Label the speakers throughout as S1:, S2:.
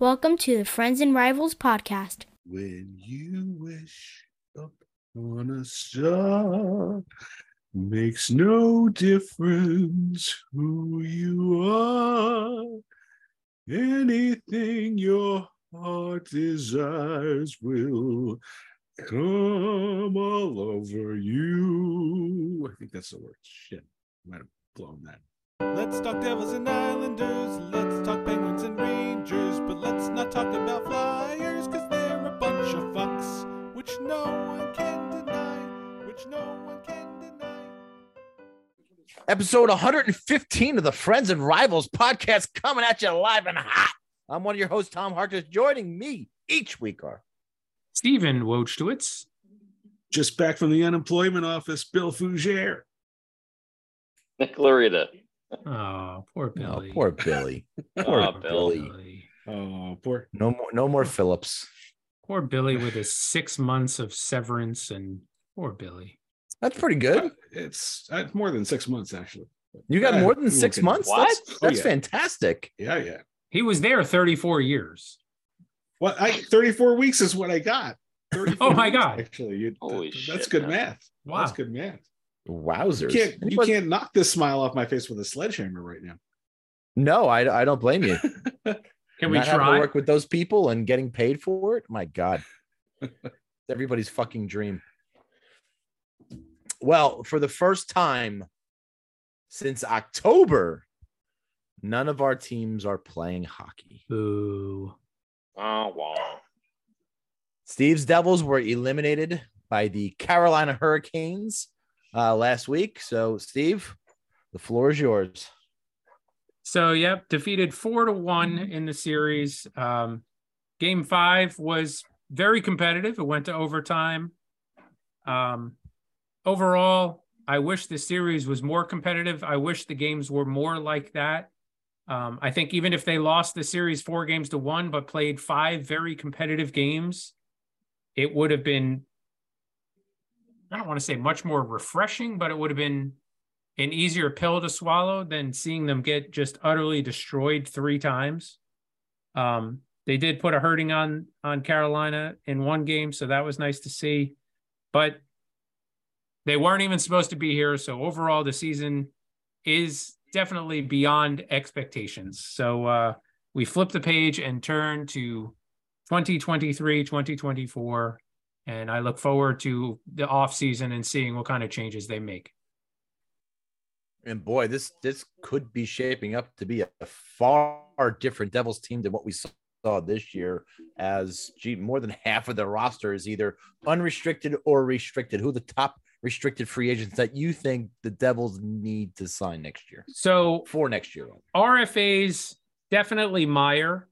S1: Welcome to the Friends and Rivals podcast.
S2: When you wish upon a star, makes no difference who you are. Anything your heart desires will come all over you. I think that's the word. Shit. I might have blown that.
S3: Let's talk Devils and Islanders. Let's talk Penguins and Rangers. But let's not talk about Flyers, because they're a bunch of fucks, which no one can deny. Which no one can deny.
S4: episode 115 of the Friends and Rivals podcast coming at you live and hot. I'm one of your hosts, Tom Harkness. Joining me each week are
S5: Steven Wojtowicz.
S2: Just back from the unemployment office, Bill Fougere.
S6: Nick Larita.
S5: Oh, poor
S4: oh,
S5: Billy.
S4: poor Billy.
S6: Poor
S4: Poor
S6: Bill.
S4: Billy.
S2: Oh, poor
S4: No more, no more Phillips.
S5: Poor Billy with his six months of severance and poor Billy.
S4: That's pretty good.
S2: Uh, It's uh, it's more than six months, actually.
S4: You got
S2: Uh,
S4: more than
S2: we
S4: six
S2: won't get into-
S4: months.
S6: What?
S4: That's, that's
S2: Oh, yeah.
S4: fantastic.
S2: Yeah, yeah.
S5: He was there 34 years.
S2: Well, I 34 weeks is what I got. 34
S5: Oh, my
S2: weeks,
S5: God.
S2: Actually, you,
S6: Holy
S2: th- that's
S6: shit,
S2: good
S6: man.
S2: math.
S5: Wow.
S2: That's good math. You
S4: Wowzers.
S2: can't
S4: He
S2: you
S4: was-
S2: can't knock this smile off my face with a sledgehammer right now.
S4: No, I, I don't blame you.
S5: Can we
S4: Not having to
S5: try?
S4: work with those people and getting paid for it? My God. Everybody's fucking dream. Well, for the first time since October, none of our teams are playing hockey.
S5: Boo.
S6: Oh wow.
S4: Steve's Devils were eliminated by the Carolina Hurricanes uh, last week. So, Steve, the floor is yours.
S5: So, yep, defeated four to one in the series. Um, game five was very competitive. It went to overtime. Um, overall, I wish the series was more competitive. I wish the games were more like that. Um, I think even if they lost the series four games to one, but played five very competitive games, it would have been, I don't want to say much more refreshing, but it would have been an easier pill to swallow than seeing them get just utterly destroyed three times. Um, they did put a hurting on on Carolina in one game, so that was nice to see. But they weren't even supposed to be here. So overall, the season is definitely beyond expectations. So uh, we flip the page and turn to 2023, 2024. And I look forward to the offseason and seeing what kind of changes they make.
S4: And boy, this this could be shaping up to be a far different Devils team than what we saw this year. As gee, more than half of the roster is either unrestricted or restricted. Who are the top restricted free agents that you think the Devils need to sign next year
S5: So
S4: for next year?
S5: RFAs definitely Meyer.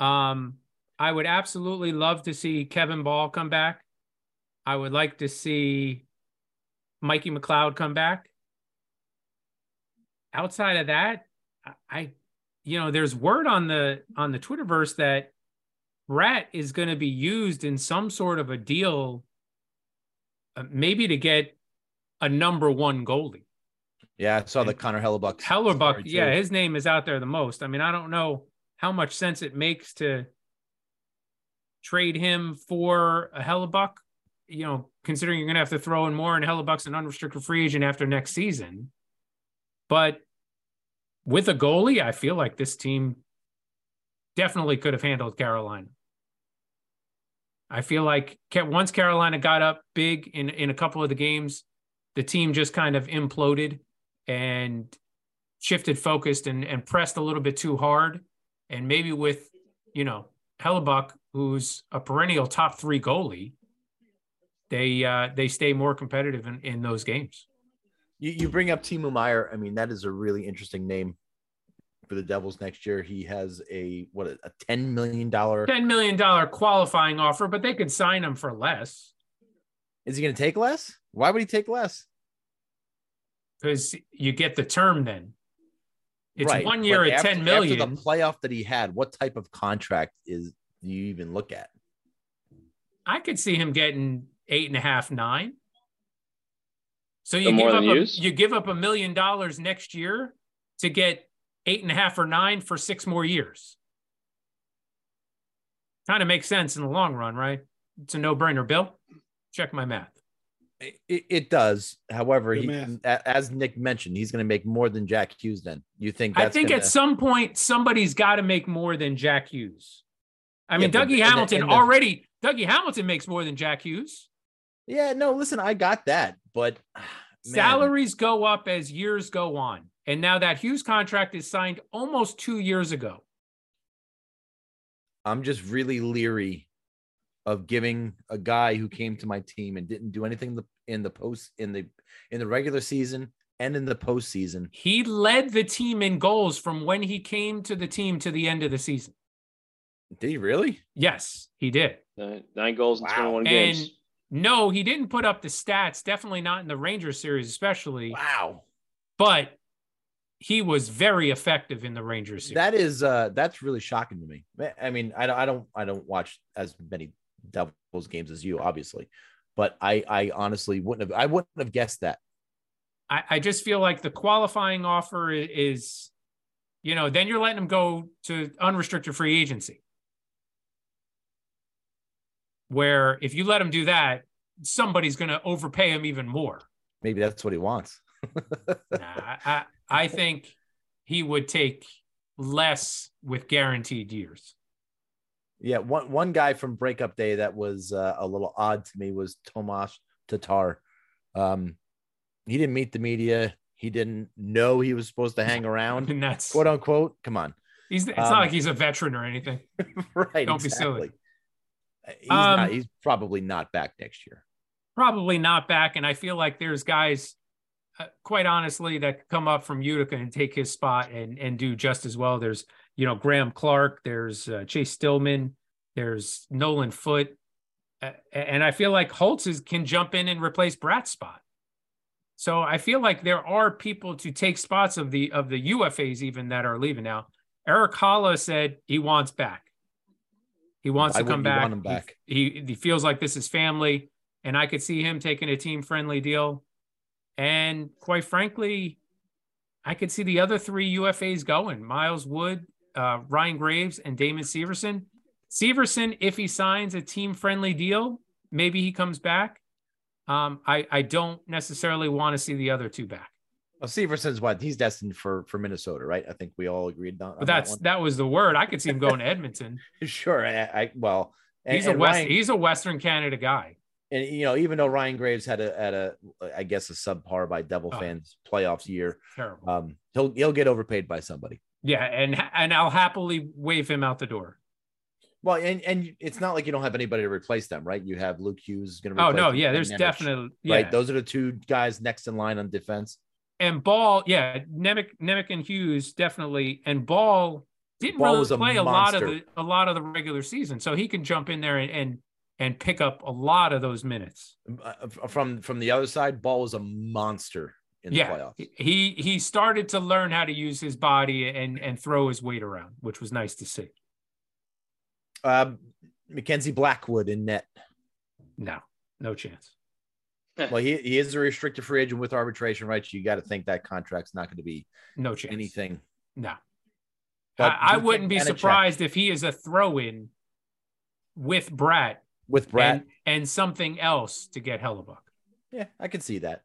S5: Um, I would absolutely love to see Kevin Ball come back. I would like to see Mikey McLeod come back. Outside of that, I- I, you know, there's word on the on the Twitterverse that Rat is going to be used in some sort of a deal, uh, maybe to get a number one goalie.
S4: Yeah, I saw the Connor Hellebuck.
S5: Hellerbuck,
S4: story, too.
S5: yeah, his name is out there the most. I mean, I don't know how much sense it makes to trade him for a Hellebuck, you know, considering you're going to have to throw in more, and Hellebuck's an unrestricted free agent after next season. But with a goalie, I feel like this team definitely could have handled Carolina. I feel like Ca- once Carolina got up big in, in a couple of the games, the team just kind of imploded and shifted focused and, and pressed a little bit too hard. And maybe with, you know, Hellebuck, who's a perennial top three goalie, they uh, they stay more competitive in, in those games.
S4: You, you bring up Timo Meyer. I mean, that is a really interesting name for the Devils next year. He has a what a ten million dollar.
S5: $10 million qualifying offer, but they could sign him for less
S4: Is he going to take less? Why would he take less?
S5: because you get the term then. It's
S4: Right,
S5: one year
S4: but
S5: at
S4: after-
S5: 10 million.
S4: After the playoff that he had, what type of contract is do you even look at?
S5: I could see him getting eight and a half, nine. So you
S6: So more
S5: give up
S6: than
S5: a,
S6: use?
S5: you give up a million dollars next year to get eight and a half or nine for six more years. Kind of makes sense in the long run, right? It's a no-brainer. Bill, check my math.
S4: It, it does. However,
S2: Good
S4: he,
S2: math.
S4: a- as Nick mentioned, he's going to make more than Jack Hughes. Then you think?
S5: I
S4: that's
S5: think
S4: gonna-
S5: at some point somebody's got to make more than Jack Hughes. I mean,
S4: Yeah, but
S5: Dougie
S4: in the-
S5: Hamilton
S4: in the-
S5: already. Dougie Hamilton makes more than Jack Hughes.
S4: Yeah, no. Listen, I got that, but man,
S5: Salaries go up as years go on, and now that Hughes contract is signed almost two years ago.
S4: I'm just really leery of giving a guy who came to my team and didn't do anything in the, in the post in the in the regular season and in the postseason.
S5: He led the team in goals from when he came to the team to the end of the season.
S4: Did he really?
S5: Yes, he did.
S6: Nine, nine goals in
S4: Wow.
S6: 21
S5: And
S6: games.
S5: no, he didn't put up the stats, definitely not in the Rangers series, especially,
S4: Wow.
S5: but he was very effective in the Rangers series.
S4: That is uh that's really shocking to me. Ma- I mean, I don't I don't I don't watch as many Devils games as you, obviously, but I I honestly wouldn't have I wouldn't have guessed that.
S5: I, I just feel like the qualifying offer i- is, you know, then you're letting him go to unrestricted free agency. Where if you let him do that, somebody's going to overpay him even more.
S4: Maybe that's what he wants.
S5: Nah, I, I, I think he would take less with guaranteed years.
S4: Yeah, one one guy from breakup day that was uh, a little odd to me was Tomas Tatar. Um, he didn't meet the media. He didn't know he was supposed to hang around,
S5: And that's,
S4: quote unquote. Come on,
S5: he's, it's
S4: um,
S5: not like he's a veteran or anything.
S4: right? Uh,
S5: Don't be silly.
S4: He's,
S5: Um,
S4: not, he's probably not back next year.
S5: probably not back. And I feel like there's guys, uh, quite honestly, that could come up from Utica and take his spot and and do just as well. There's you know Graham Clark, there's uh, Chase Stillman, there's Nolan Foot, uh, and I feel like Holtz is, can jump in and replace Brat's spot. So I feel like there are people to take spots of the of the UFAs even that are leaving now. Eric Holla said he wants back. He wants
S4: Why
S5: to come
S4: wouldn't you
S5: back.
S4: want him
S5: He-
S4: back?
S5: He, he feels like this is family, and I could see him taking a team friendly deal. And quite frankly, I could see the other three UFAs going: Miles Wood, uh, Ryan Graves, and Damon Severson. Severson, if he signs a team friendly deal, maybe he comes back. Um, I I don't necessarily want to see the other two back.
S4: Well, Severson's what he's destined for for Minnesota, right? I think we all agreed on, on
S5: But that's
S4: that
S5: that, was the word. I could see him going to Edmonton.
S4: one. sure. I, I well, and-
S5: He's a
S4: and
S5: West.
S4: Ryan-
S5: He's a Western Canada guy.
S4: and you know, even though Ryan Graves had a had a I guess a subpar by Devil
S5: Oh.
S4: fans playoffs year,
S5: Terrible.
S4: um, he'll he'll get overpaid by somebody.
S5: yeah, and and I'll happily wave him out the door.
S4: Well, and and it's not like you don't have anybody to replace them, right? You have Luke Hughes going to.
S5: Oh no, yeah, there's definitely yeah.
S4: right. Those are the two guys next in line on defense.
S5: and Ball, yeah, Nemec, Nemec and Hughes definitely, and Ball didn't
S4: Ball was
S5: really
S4: a
S5: play a lot of the
S4: monster.
S5: a lot of the regular season, so he can jump in there and and, and pick up a lot of those minutes.
S4: Uh, from from the other side, Ball was a monster in the
S5: yeah,
S4: playoffs.
S5: he he started to learn how to use his body and and throw his weight around, which was nice to see.
S4: Um, Mackenzie Blackwood in net.
S5: No, no chance.
S4: Well, he, he is a restricted free agent with arbitration rights. You got to think that contract's not going to be
S5: No chance.
S4: anything.
S5: No.
S4: But
S5: I, I
S4: you
S5: wouldn't be
S4: take Vanacek
S5: surprised if he is a throw in with Brat,
S4: with Brad.
S5: And, and something else to get Hellebuck.
S4: yeah, I can see that.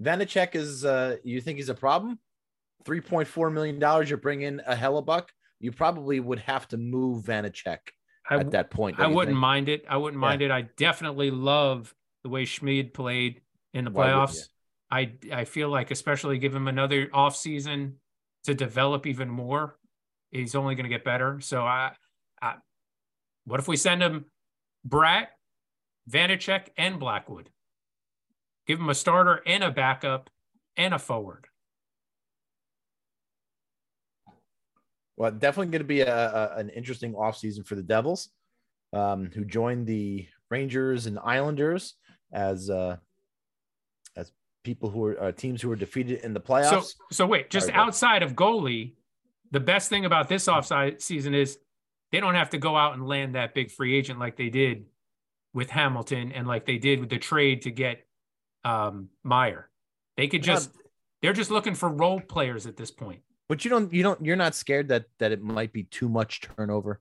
S4: Vanacek is. Uh, you think he's a problem? Three point four million dollars. You bring in a hellebuck. You probably would have to move Vanacek
S5: I,
S4: at that point.
S5: I
S4: don't you
S5: wouldn't
S4: think?
S5: mind it. I wouldn't mind it. I definitely love the way Schmid played in the
S4: Why wouldn't
S5: playoffs. I I feel like especially give him another offseason to develop even more. He's only going to get better. So I, I, what if we send him Brat, Vanacek, and Blackwood? Give him a starter and a backup and a forward.
S4: Well, definitely going to be a, a- an interesting offseason for the Devils, um, who joined the Rangers and Islanders as uh, as people who are uh, teams who were defeated in the
S5: So
S4: playoffs.
S5: so wait, just
S4: Sorry, Bill.
S5: outside of goalie, the best thing about this
S6: Hmm.
S5: offside season is they don't have to go out and land that big free agent like they did with Hamilton and like they did with the trade to get um Meyer. They could
S4: Well,
S5: just they're just looking for role players at this point.
S4: but you don't you don't you're not scared that that it might be too much turnover.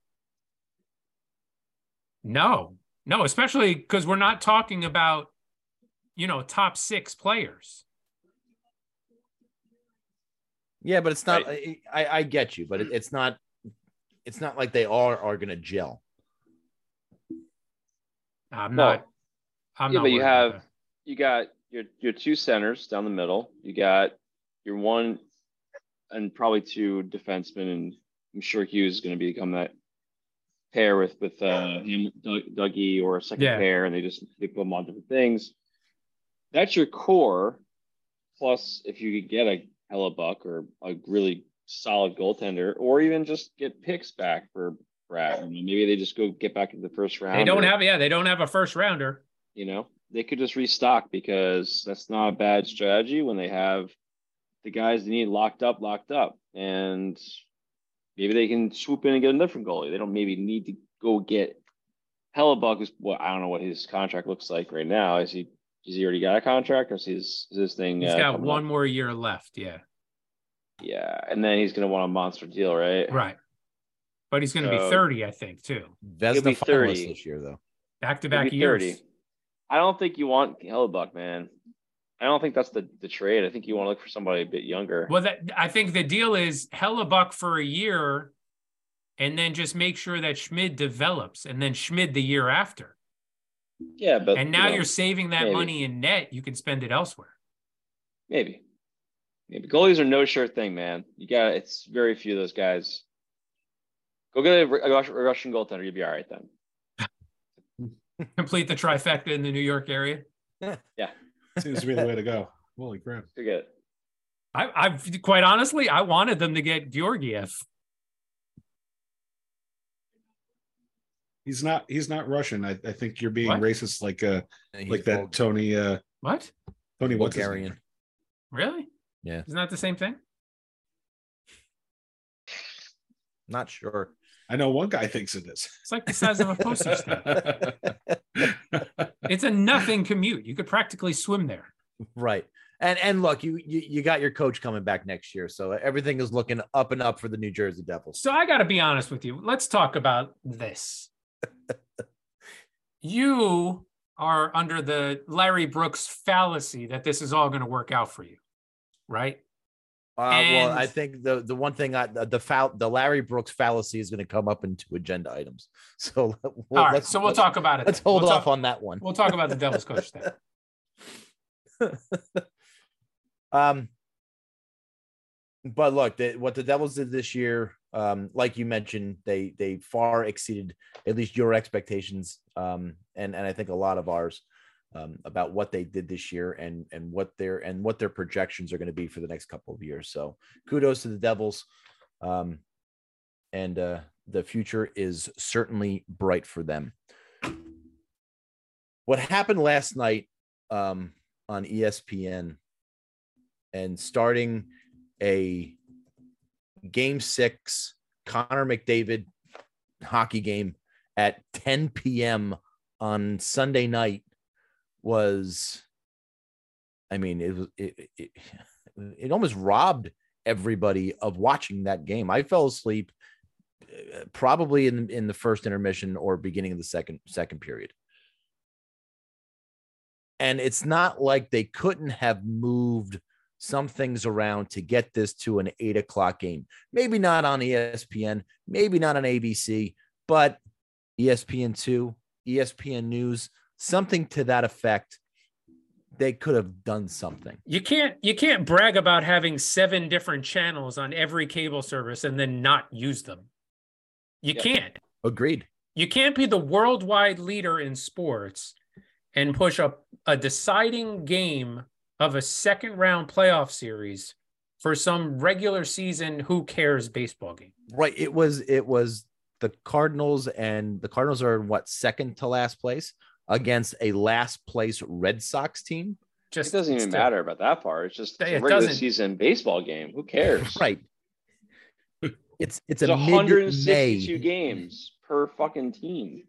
S5: No, no, especially because we're not talking about, you know, top six players.
S4: Yeah, but it's not. I, I, I get you, but it, it's not. It's not like they all are going to gel.
S5: I'm
S6: No.
S5: not. I'm
S6: Yeah,
S5: not.
S6: but you
S5: worried about
S6: have- You got your your two centers down the middle. You got your one and probably two defensemen, and I'm sure Hughes is going to become that pair with with uh, him, Doug, Dougie, or a second
S5: Yeah.
S6: pair, and they just they put them on different things. That's your core. Plus, if you could get a Hellebuck or a really solid goaltender, or even just get picks back for Brad, I mean, maybe they just go get back in the first
S5: that.
S6: round.
S5: They don't
S6: or-
S5: have. Yeah, they don't have a first rounder.
S6: you know they could just restock because that's not a bad strategy when they have the guys they need locked up locked up and maybe they can swoop in and get a different goalie they don't maybe need to go get hellebuck is well, i don't know what his contract looks like right now is he is he already got a contract or is, his, is this thing
S5: He's
S6: uh,
S5: got
S6: coming
S5: one
S6: up?
S5: more year left. Yeah,
S6: yeah and then he's going to want a monster deal right
S5: right. But he's going to be
S6: So-
S5: 30, I think, too.
S4: That's
S6: He'll
S4: the
S6: be
S4: finalist
S6: 30.
S4: this year, though.
S5: Back to
S6: He'll
S5: back
S6: be
S5: years.
S6: 30. i don't think you want hellebuck man i don't think that's the, the trade i think you want to look for somebody a bit younger
S5: Well, that I think the deal is Hellebuck for a year, and then just make sure that Schmid develops, and then Schmid the year after.
S6: yeah but
S5: and
S6: you
S5: now
S6: know.
S5: you're saving that
S6: maybe.
S5: money in net. You can spend it elsewhere.
S6: Maybe. Maybe goalies are no sure thing, man. You got it's very few of those guys. Go get a, Ru- a Russian, a Russian goaltender, you'll be all right then.
S5: Complete the trifecta in the New York area.
S2: Seems to be the way to go. Holy crap.
S6: Forget it.
S5: I, I've quite honestly, I wanted them to get Georgiev.
S2: He's not he's not Russian. I, I think you're being
S5: What?
S2: racist like uh
S4: And he's
S2: like that
S4: Bul-
S2: Tony uh
S5: What?
S2: Tony what's his
S4: Bulgarian.
S2: name?
S5: Really?
S4: Yeah.
S5: Isn't that the same thing?
S4: Not sure.
S2: I know one guy thinks it is.
S5: It's like the size of a postage stamp. It's a nothing commute. You could practically swim there.
S4: right. And and look, you, you you got your coach coming back next year, so everything is looking up and up for the New Jersey Devils.
S5: So I got to be honest with you. Let's talk about this. you are under the Larry Brooks fallacy that this is all going to work out for you, right?
S4: Uh, well,
S5: And-
S4: I think the the one thing I the the, foul, the Larry Brooks fallacy is going to come up in two agenda items. So let- well,
S5: all right.
S4: let's-
S5: So we'll
S4: let's-
S5: talk about it.
S4: Let's
S5: then.
S4: hold
S5: We'll
S4: off
S5: talk-
S4: on that one.
S5: We'll talk about the Devils coach then.
S4: Um, but look, the, what the Devils did this year, um, like you mentioned, they they far exceeded at least your expectations, um, and and I think a lot of ours um, about what they did this year and and what their and what their projections are going to be for the next couple of years. So kudos to the Devils, um, and uh, the future is certainly bright for them. What happened last night um, on ESPN? and starting a game six Connor McDavid hockey game at 10 p.m. on Sunday night was, I mean, it was it it, it almost robbed everybody of watching that game. I fell asleep uh, probably in in the first intermission or beginning of the second second period. And it's not like they couldn't have moved some things around to get this to an eight o'clock game. Maybe not on E ESPN, maybe not on ABC, but E ESPN2, ESPN News, something to that effect. They could have done something.
S5: You can't you can't brag about having seven different channels on every cable service and then not use them. You
S6: Yeah.
S5: can't.
S4: Agreed.
S5: you can't be the worldwide leader in sports and push up a deciding game of a second round playoff series for some regular season who cares baseball game
S4: Right. It was it was the Cardinals and the Cardinals are in what second to last place against a last place Red Sox team.
S5: just
S6: It doesn't even
S5: still-
S6: matter about that part. It's just
S5: It
S6: a regular
S5: doesn't.
S6: season baseball game. Who cares?
S4: Right. It's it's
S6: It's
S4: a mid-May.
S6: 162 games per fucking team.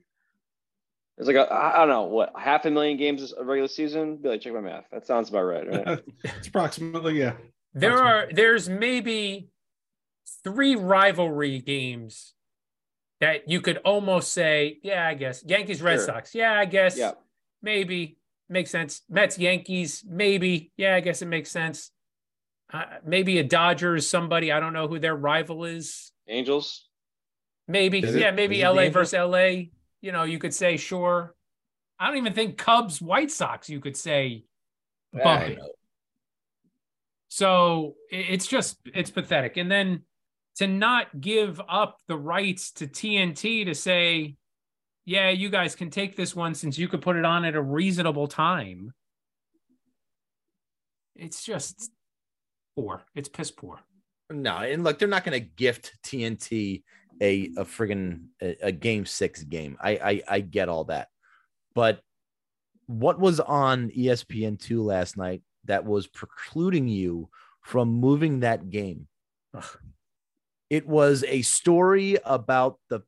S6: It's like a, I I don't know what half a million games a regular season. Be like, check my math. That sounds about right. right?
S2: it's approximately yeah.
S5: there
S2: That's
S5: are there's maybe three rivalry games that you could almost say, yeah, I guess. Yankees, Red
S6: Sure.
S5: Sox, yeah, I guess.
S6: Yeah.
S5: Maybe makes sense. Mets, Yankees, maybe. Yeah, I guess it makes sense. Uh, maybe a Dodgers, somebody I don't know who their rival is.
S6: Angels.
S5: Maybe,
S4: Is it-
S5: yeah, maybe
S4: is it the
S5: LA
S4: Angels?
S5: versus LA. You know, you could say sure. I don't even think Cubs, White Sox. You could say
S4: I
S5: bumpy.
S4: know.
S5: So i- it's just it's pathetic. And then to not give up the rights to TNT to say, yeah, you guys can take this one since you could put it on at a reasonable time. It's just poor. It's piss poor.
S4: No, and look, they're not going to gift TNT a a friggin' a, a game six game. I, I I get all that, but what was on E ESPN two last night that was precluding you from moving that game? It was a story about the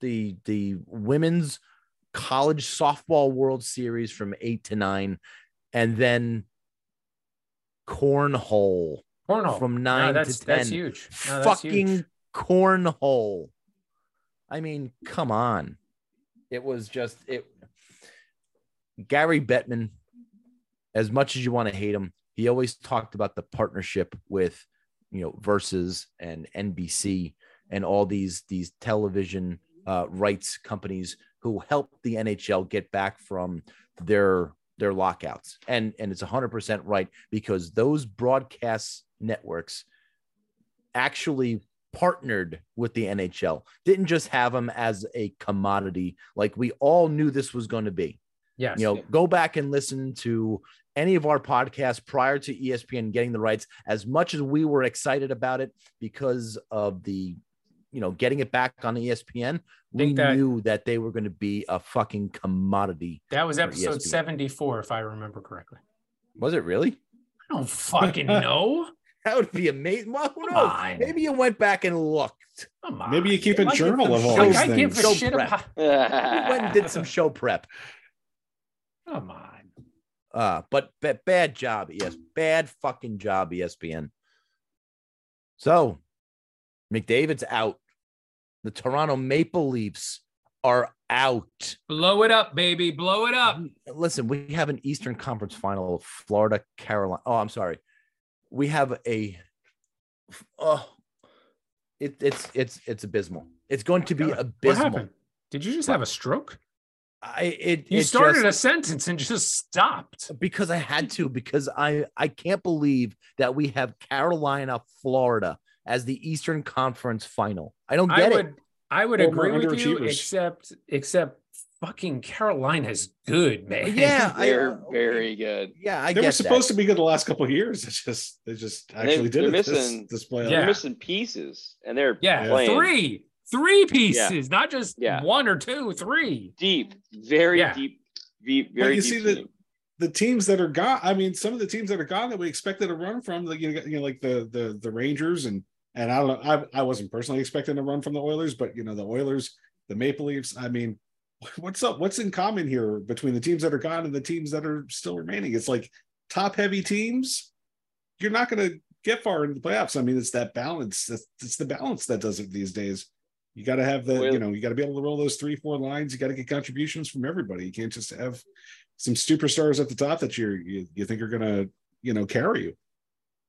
S4: the the women's college softball World Series from eight to nine, and then cornhole
S5: Cornhole
S4: from
S5: No,
S4: nine
S5: that's
S4: to ten.
S5: that's huge. No, that's
S4: fucking
S5: huge.
S4: cornhole. I mean, come on. It was just it. Gary Bettman, as much as you want to hate him, he always talked about the partnership with, you know, Versus and NBC and all these these television uh, rights companies who helped the NHL get back from their their lockouts. And and it's 100% right because those broadcast networks actually partnered with the NHL. Didn't just have them as a commodity like we all knew this was going to be.
S5: Yes.
S4: You know, go back and listen to any of our podcasts prior to E ESPN getting the rights as much as we were excited about it because of the you know, getting it back on E ESPN, we
S5: Think that-
S4: knew that they were going to be a fucking commodity.
S5: that was
S2: E
S5: episode
S4: ESPN.
S5: 74, if I remember correctly.
S4: Was it really?
S5: I don't fucking know.
S4: That would be amazing. Well, who knows?
S5: Fine.
S4: Maybe you went back and looked.
S5: Come on.
S2: Maybe you keep a
S4: Like
S2: journal
S4: it's
S2: of all
S4: like
S2: these
S5: I give
S2: things.
S5: a
S4: So
S5: shit
S4: prep.
S5: about
S4: We went and did some show prep.
S5: come on.
S4: Uh, but ba- bad job, yes, bad fucking job, E ESPN. So, McDavid's out. The Toronto Maple Leafs are out.
S5: Blow it up, baby. Blow it up.
S4: Listen, we have an Eastern Conference Final of Florida, Carolina. Oh, I'm sorry. We have a. Oh, it, it's it's it's abysmal. It's going to be
S5: God, What
S4: abysmal.
S5: happened? Did you just have a stroke?
S4: I it
S5: You
S4: it
S5: started
S4: just-
S5: a sentence and just stopped.
S4: because I had to because I I can't believe that we have Carolina, Florida as the Eastern Conference final. I don't
S5: I
S4: get
S5: would
S4: it.
S5: I would
S2: Well,
S5: agree
S2: we're
S5: with you,
S2: underachievers.
S5: except except fucking Carolina's good, man.
S4: Yeah, I-
S5: uh,
S6: They're very good.
S4: Yeah, I
S2: they were
S4: guess
S2: supposed to be good the last couple of years. It's just they just actually
S6: they're
S2: did it this,
S6: missing-
S2: this playoff.
S5: Yeah.
S6: They're missing pieces, and they're
S5: Yeah,
S6: playing
S5: three. Three pieces, not just
S6: Yeah.
S5: one or two, three.
S6: deep, very
S5: Yeah.
S6: deep, deep, very
S2: you
S6: deep.
S2: see that-
S6: team.
S2: the teams that are gone. I mean, some of the teams that are gone that we expected to run from, like you know, you know, like the the the Rangers and and I don't know. I I wasn't personally expecting to run from the Oilers, but you know, the Oilers, the Maple Leafs. I mean, what's up? What's in common here between the teams that are gone and the teams that are still remaining? It's like top heavy teams. You're not going to get far into the playoffs. I mean, it's that balance. That's it's the balance that does it these days. You got to have the, you
S6: Well-
S2: know, you got to be able to roll those three, four lines. You got to get contributions from everybody. You can't just have some superstars at the top that you're, you you think are gonna you know carry you.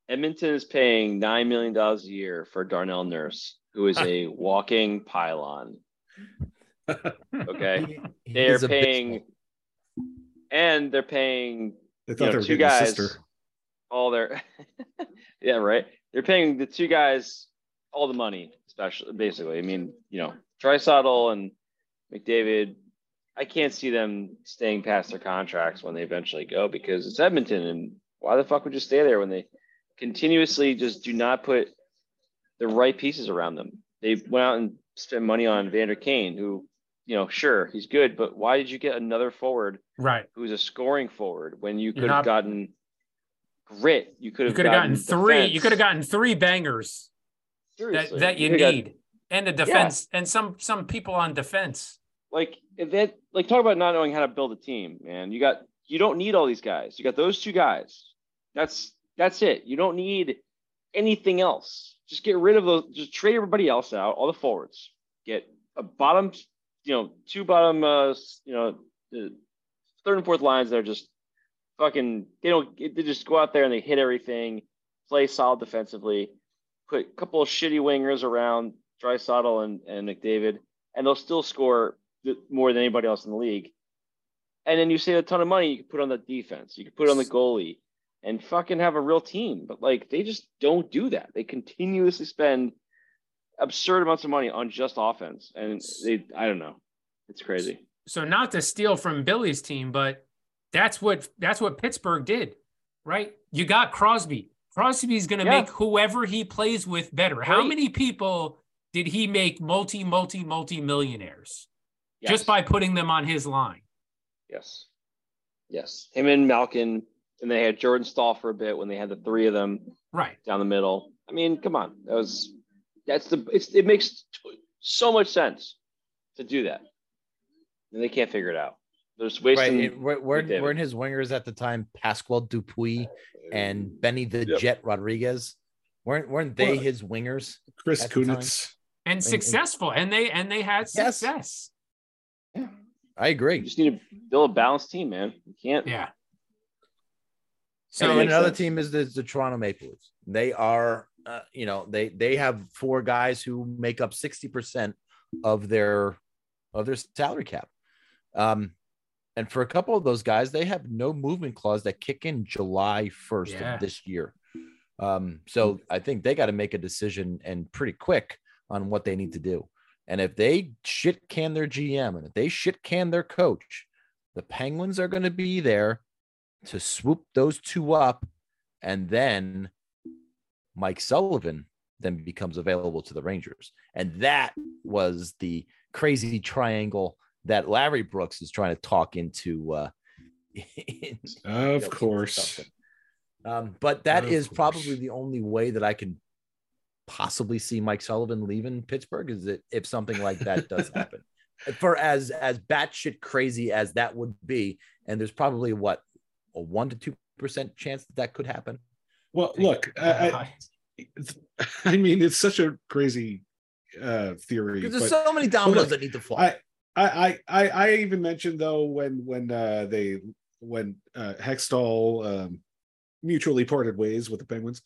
S6: Edmonton is paying nine million dollars a year for Darnell Nurse, who is a walking pylon. Okay,
S4: He- he
S6: they're
S4: is abysmal.
S6: paying, and they're paying
S2: They
S6: you
S2: thought
S6: know,
S2: they
S6: two
S2: were getting a
S6: guys
S2: sister.
S6: all their yeah right they're paying the two guys all the money especially basically i mean you know Drysaddle and mcdavid i can't see them staying past their contracts when they eventually go because it's edmonton and why the fuck would you stay there when they continuously just do not put the right pieces around them they went out and spent money on vander kane who you know sure he's good but why did you get another forward
S5: Right.
S6: who's a scoring forward when you
S5: You're
S6: could
S5: not-
S6: have gotten grit. You could
S5: You
S6: have
S5: could have gotten, three. You could have gotten three bangers that,
S6: Seriously,
S5: that you
S6: coulda gotten-
S5: need. and a defense and some some people on defense.
S6: like if that like talk about not knowing how to build a team, man. You got you don't need all these guys. You got those two guys. That's that's it. You don't need anything else. Just get rid of those. Just trade everybody else out. All the forwards. Get a bottom, you know, two bottom, uh, s- you know, uh, third and fourth lines that are just fucking. They don't. They just go out there and they hit everything, play solid defensively, put a couple of shitty wingers around Drysaddle and and McDavid, and they'll still score th- more than anybody else in the league. And then you save a ton of money. You could put on the defense. You could put on the goalie, and fucking have a real team. But like they just don't do that. They continuously spend absurd amounts of money on just offense, and they I don't know, it's crazy.
S5: so not to steal from Billy's team, but that's what that's what Pittsburgh did, right? You got Crosby. Crosby's going to
S6: Yeah.
S5: make whoever he plays with better. How
S6: Right.
S5: many people did he make multi multi multi millionaires
S6: Yes.
S5: just by putting them on his line?
S6: yes, yes, him and Malkin, and they had Jordan Stahl for a bit when they had the three of them
S5: Right.
S6: down the middle. I mean, come on, that was that's the it's it makes t- so much sense to do that, and they can't figure it out. They're just
S4: Right.
S6: wasting.
S4: and We're, we're,
S6: McDavid.
S4: we're in his wingers at the time, Pasquale Dupuis and Benny the
S6: Uh, Yep.
S4: Jet Rodriguez. Weren't weren't they
S2: Well,
S4: his wingers?
S2: Chris
S4: At the time.
S2: Kunitz.
S5: And successful. And they and they had
S4: Yes.
S5: success.
S4: I
S6: You
S4: agree.
S6: just need to build a balanced team, man. You can't.
S5: Yeah.
S4: So
S5: So
S6: It makes
S4: another
S6: sense.
S4: team is the, the Toronto Maple Leafs. They are, uh, you know, they they have four guys who make up sixty percent of their of their salary cap, um, and for a couple of those guys, they have no movement clause that kick in July first
S5: Yeah.
S4: of this year. Um, so I think they got to make a decision and pretty quick on what they need to do. And if they shit can their GM and if they shit can their coach, the Penguins are going to be there to swoop those two up, and then Mike Sullivan then becomes available to the Rangers, and that was the crazy triangle that Larry Brooks is trying to talk into. Uh,
S2: Of course.
S4: um, but that
S2: Of
S4: is
S2: course.
S4: probably the only way that I can possibly see Mike Sullivan leaving Pittsburgh is that if something like that does happen. For as as batshit crazy as that would be, and there's probably what a one to two percent chance that that could happen.
S2: Well, look, I, I, I mean, it's such a crazy uh, theory.
S4: Because
S2: but-
S4: there's so many dominoes
S2: look,
S4: that need to fall.
S2: I- I, I I I even mentioned though when when uh, they when uh, Hextall um, mutually parted ways with the Penguins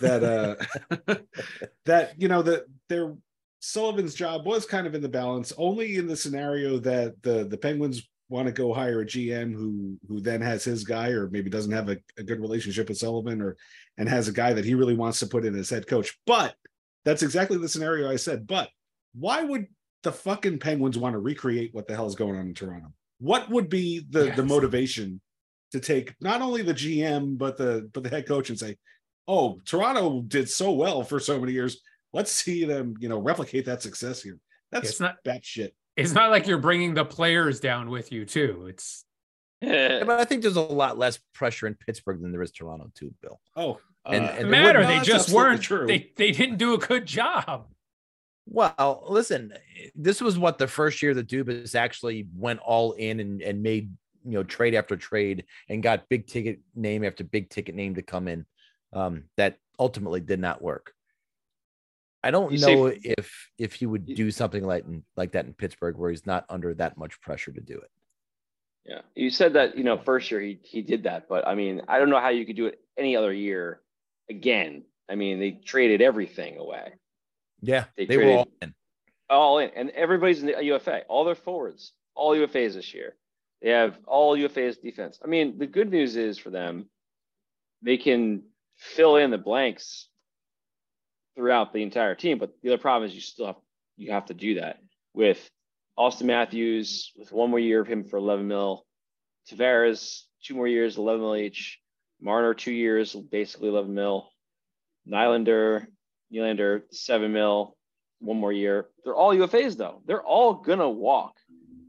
S2: that uh, that you know that their Sullivan's job was kind of in the balance only in the scenario that the the Penguins want to go hire a GM who who then has his guy or maybe doesn't have a, a good relationship with Sullivan or and has a guy that he really wants to put in as head coach but that's exactly the scenario I said but why would the fucking Penguins want to recreate what the hell's going on in Toronto. What would be the
S5: Yes.
S2: the motivation to take not only the GM but the but the head coach and say, "Oh, Toronto did so well for so many years. Let's see them, you know, replicate that success here." That's
S5: It's not
S2: batshit.
S5: it's not like you're bringing the players down with you too. It's
S4: Yeah, but I think there's a lot less pressure in Pittsburgh than there is Toronto too, Bill.
S2: Oh,
S4: And-
S2: uh,
S5: it
S4: and
S5: matter.
S4: wouldn't-
S5: They
S2: No, that's
S5: just
S2: absolutely
S5: weren't
S2: true.
S5: they they didn't do a good job.
S4: Well, listen, eh, this was what the first year that Dubas actually went all in and, and made you know trade after trade and got big ticket name after big ticket name to come in. Um, that ultimately did not work. I don't
S6: You say-
S4: know if if he would
S6: You-
S4: do something like like that in Pittsburgh where he's not under that much pressure to do it.
S6: Yeah, you said that you know first year he he did that, but I mean I don't know how you could do it any other year again. I mean they traded everything away,
S4: Yeah,
S6: They
S4: they, were
S6: traded-
S4: all in.
S6: all in, and everybody's in the UFA, all their forwards, all UFAs this year. They have all UFAs defense. I mean the good news is for them, they can fill in the blanks throughout the entire team. But the other problem is you still have you have to do that with Austin Matthews with one more year of him for 11 mil. Tavares, two more years, 11 mil each. Marner, two years, basically 11 mil. Nylander, Nylander, seven mil, one more year. They're all UFAs though. They're all gonna walk.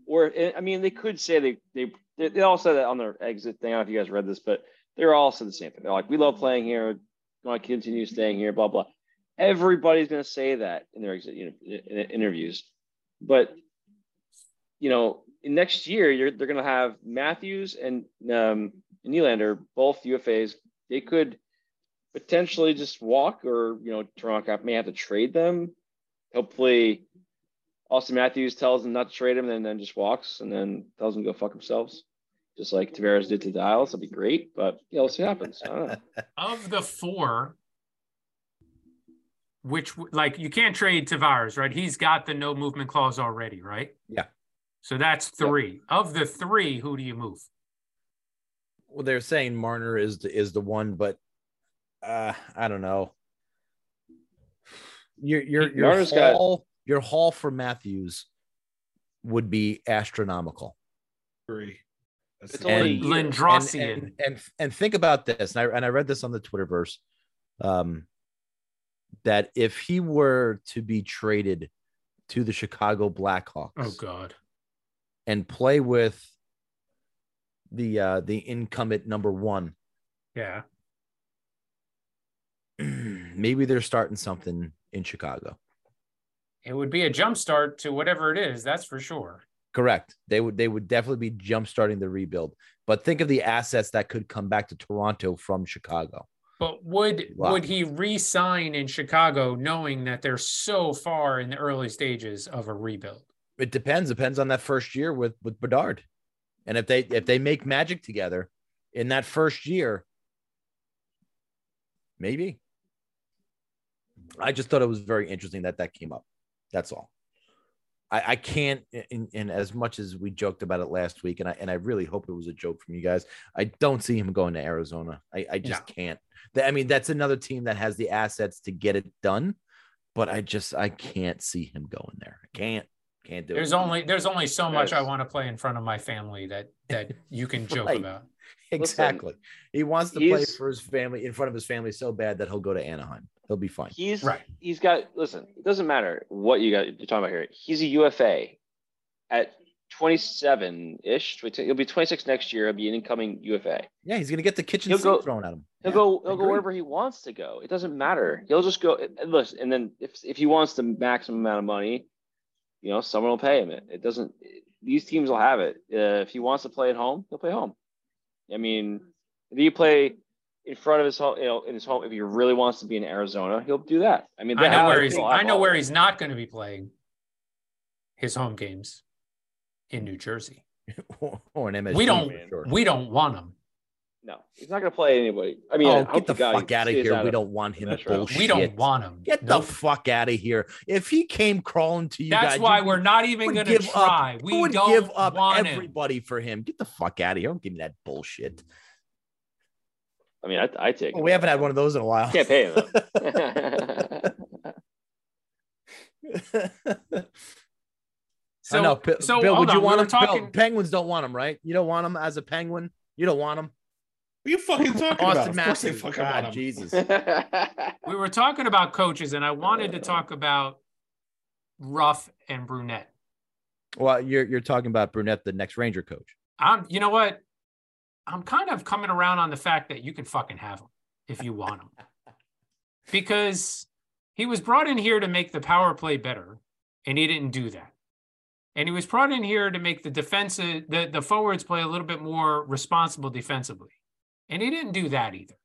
S6: Or eh, I mean, they could say they they they, they all said that on their exit thing. I don't know if you guys read this, but they're all said the same thing. They're like, we love playing here, want to continue staying here, blah blah. Everybody's gonna say that in their exit you know, in- in- interviews, but you know, in next year you're they're gonna have Matthews and um, Nylander both UFAs. They could potentially just walk, or you know, Toronto may have to trade them. Hopefully, Austin Matthews tells them not to trade him and then just walks and then tells them to go fuck themselves. Just like Tavares did to Dallas. That'd be great. But yeah, let's see what happens. I don't know.
S5: Of the four, which w- like you can't trade Tavares, right? He's got the no movement clause already, right?
S4: Yeah.
S5: So that's
S6: Yep.
S5: three. Of the three, who do you move?
S4: well they're saying Marner is the is the one, but uh I don't know. Your your your
S6: Marner's got-
S4: haul, your haul for Matthews would be astronomical.
S2: Three. That's
S6: It's
S2: the
S6: only-
S2: thing.
S6: year.
S5: Lindrosian.
S4: And, and, and and think about this, and I and I read this on the Twitterverse, um, that if he were to be traded to the Chicago Blackhawks
S5: oh God.
S4: and play with the uh, the incumbent number one,
S5: Yeah.
S4: maybe they're starting something in Chicago.
S5: It would be a jump start to whatever it is, that's for sure.
S4: Correct. They would they would definitely be jumpstarting the rebuild. But think of the assets that could come back to Toronto from Chicago.
S5: But would
S4: Wow.
S5: would he re-sign in Chicago knowing that they're so far in the early stages of a rebuild?
S4: It depends. Depends on that first year with with Bedard, and if they if they make magic together in that first year, maybe. I just thought it was very interesting that that came up. That's all. I, I can't. And, and as much as we joked about it last week, and I and I really hope it was a joke from you guys. I don't see him going to Arizona. I, I just can't. Th- I mean, that's another team that has the assets to get it done, but I just I can't see him going there. I can't. Can't do
S5: There's
S4: it.
S5: only there's only so much I
S6: Yes.
S5: want to play in front of my family that that you can joke
S4: Right.
S5: about.
S6: Listen,
S4: Exactly. he wants to play
S6: he's-
S4: for his family in front of his family so bad that he'll go to Anaheim. He'll be fine.
S6: He's
S5: Right.
S6: he's got listen, it doesn't matter what you got you're talking about here. He's a UFA at 27 ish. He'll be 26 next year. He'll be an incoming UFA.
S4: Yeah, he's gonna get the kitchen
S6: He'll
S4: sink
S6: go-
S4: thrown at him.
S6: He'll
S4: Yeah,
S6: go.
S4: I
S6: He'll go
S4: agree.
S6: wherever he wants to go. It doesn't matter. He'll just go. and- and Listen, and then if if he wants the maximum amount of money, you know, someone will pay him it. It doesn't. These teams will have it. Uh, if he wants to play at home, he'll play home. I mean, if he play in front of his home, you know, in his home, if he really wants to be in Arizona, he'll do that. I mean,
S5: I
S6: they have-
S5: know where he's
S6: they'll have
S5: I know
S6: all
S5: where
S6: that.
S5: he's not going to be playing his home games in New Jersey.
S4: or an MSG.
S5: We don't-
S4: for sure.
S5: We don't want him.
S6: No, he's not going to play anybody. I mean, I
S4: oh,
S6: hope
S4: get the
S6: guy
S4: fuck out of
S6: stays
S4: here. we
S6: of-
S4: don't want him.
S6: That's right.
S4: Bullshit.
S5: We don't want him.
S4: Get
S5: Nope.
S4: the fuck out of here. If he came crawling to you
S5: That's
S4: guys,
S5: why
S4: you
S5: we're not even
S4: would
S5: going to
S4: give up-
S5: try.
S4: you
S5: We
S4: would
S5: don't
S4: give up
S5: want him.
S4: everybody for him. Get the fuck out of here. Don't give me that bullshit.
S6: I mean, I, I take.
S4: Well, we haven't had one of those in a while.
S6: Can't pay him.
S4: I know. P-
S5: so
S4: Bill,
S5: hold
S4: would you
S5: on, we
S4: want
S5: were
S4: him? Bill,
S5: talking-
S4: Penguins don't want him, right? You don't want him as a Penguin. You don't want him.
S2: What are you fucking talking
S4: Austin
S2: about? Of course they
S4: Matthews.
S2: fucking
S4: God,
S2: want him.
S4: Jesus.
S5: we were talking about coaches, and I wanted to talk about Ruff and Brunette.
S4: Well, you're you're talking about Brunette, the next Ranger coach.
S5: I'm, you know what? I'm kind of coming around on the fact that you can fucking have him if you want him, because he was brought in here to make the power play better, and he didn't do that. And he was brought in here to make the defensive, the, the forwards play a little bit more responsible defensively, and he didn't do that either.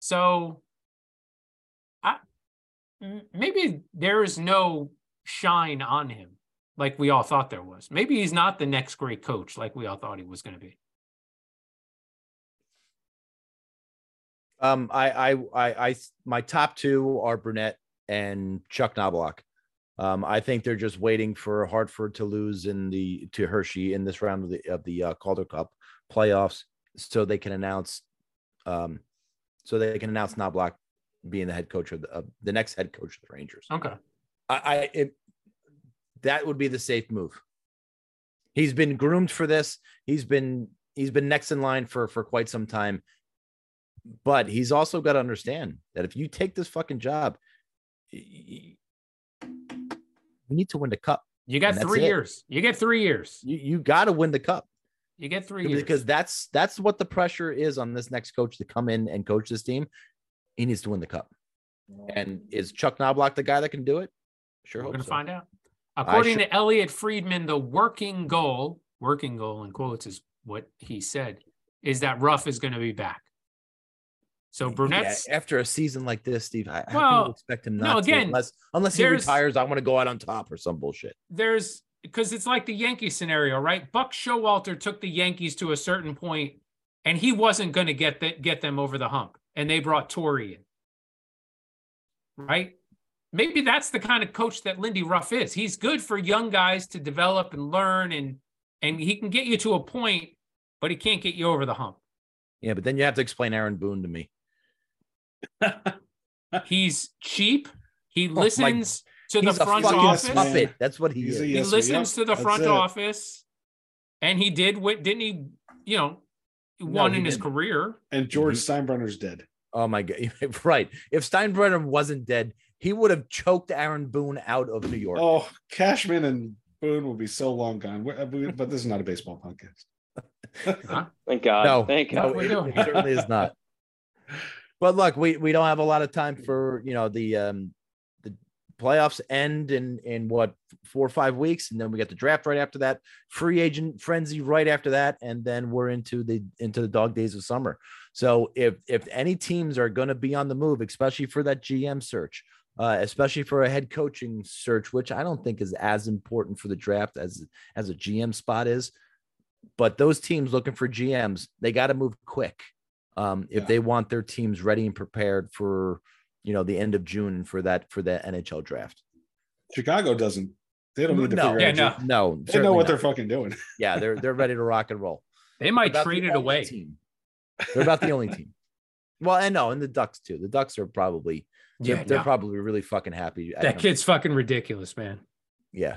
S5: So, I m- maybe there is no shine on him like we all thought there was. Maybe he's not the next great coach like we all thought he was going to be.
S4: Um, I, I, I, I, my top two are Brunette and Chuck Knobloch. Um, I think they're just waiting for Hartford to lose in the to Hershey in this round of the of the uh, Calder Cup playoffs, so they can announce, um, so they can announce Knobloch being the head coach of the, of the next head coach of the Rangers.
S5: Okay.
S4: I, I it, that would be the safe move. He's been groomed for this. He's been he's been next in line for for quite some time. But he's also got to understand that if you take this fucking job, y- y- you need to win the cup.
S5: You got
S4: And that's
S5: three
S4: it.
S5: years. You get three years.
S4: You you got to win the cup
S5: You get three years.
S4: because that's that's what the pressure is on this next coach to come in and coach this team. He needs to win the cup. And is Chuck Knobloch the guy that can do it? Sure,
S5: we're
S4: hope
S5: going to
S4: so.
S5: find out. According
S4: should-
S5: to Elliot Friedman, the working goal, working goal in quotes is what he said, is that Ruff is going to be back. So Burnett's
S4: Yeah, after a season like this, Steve, I, I
S5: Well,
S4: wouldn't expect him
S5: no,
S4: not to,
S5: again,
S4: unless unless he
S5: there's-
S4: retires. I want to go out on top or some bullshit.
S5: there's because it's like the Yankee scenario, right? Buck Showalter took the Yankees to a certain point, and he wasn't going to get that get them over the hump, and they brought Torrey in, right? Maybe that's the kind of coach that Lindy Ruff is. He's good for young guys to develop and learn, and and he can get you to a point, but he can't get you over the hump.
S4: Yeah, but then you have to explain Aaron Boone to me.
S5: He's cheap. He
S4: Oh my-
S5: listens to the
S4: He's a
S5: front
S4: fucking
S5: office.
S2: man.
S4: puppet. That's what he
S2: He's
S4: is.
S2: a-
S5: he
S2: Yes,
S5: listens
S2: yep,
S5: to the
S2: that's
S5: front
S2: it.
S5: office and he did what didn't he you know one
S4: he
S5: in his
S4: didn't.
S5: career
S2: And George Steinbrenner's dead.
S4: Oh my god! right. If Steinbrenner wasn't dead, he would have choked Aaron Boone out of New York.
S2: Oh, Cashman and Boone will be so long gone. We're- we- But this is not a baseball podcast.
S6: Thank God.
S4: no,
S6: Thank God.
S4: no,
S5: we're
S4: it,
S5: doing
S4: it
S5: it.
S4: certainly is not. But look, we we don't have a lot of time for you know the um the playoffs end in in what four or five weeks, and then we got the draft right after that, free agent frenzy right after that, and then we're into the into the dog days of summer. So if if any teams are going to be on the move, especially for that GM search. Uh, especially for a head coaching search, which I don't think is as important for the draft as as a GM spot is but those teams looking for GMs, they got to move quick um, if
S2: Yeah.
S4: they want their teams ready and prepared for you know the end of June for that for that NHL draft.
S2: Chicago doesn't. They don't need to
S4: No.
S2: figure
S5: Yeah,
S2: out.
S5: no.
S4: No,
S2: They know
S4: certainly
S2: what
S4: not.
S2: they're fucking doing.
S4: yeah they're they're ready to rock and roll.
S5: they might
S4: About the
S5: trade it
S4: only
S5: away
S4: Team. They're about the only team. Well, I know, and the Ducks too. The Ducks are probably they're,
S5: yeah,
S4: they're
S5: no.
S4: probably really fucking happy. at
S5: that
S4: him.
S5: kid's fucking ridiculous man
S4: yeah.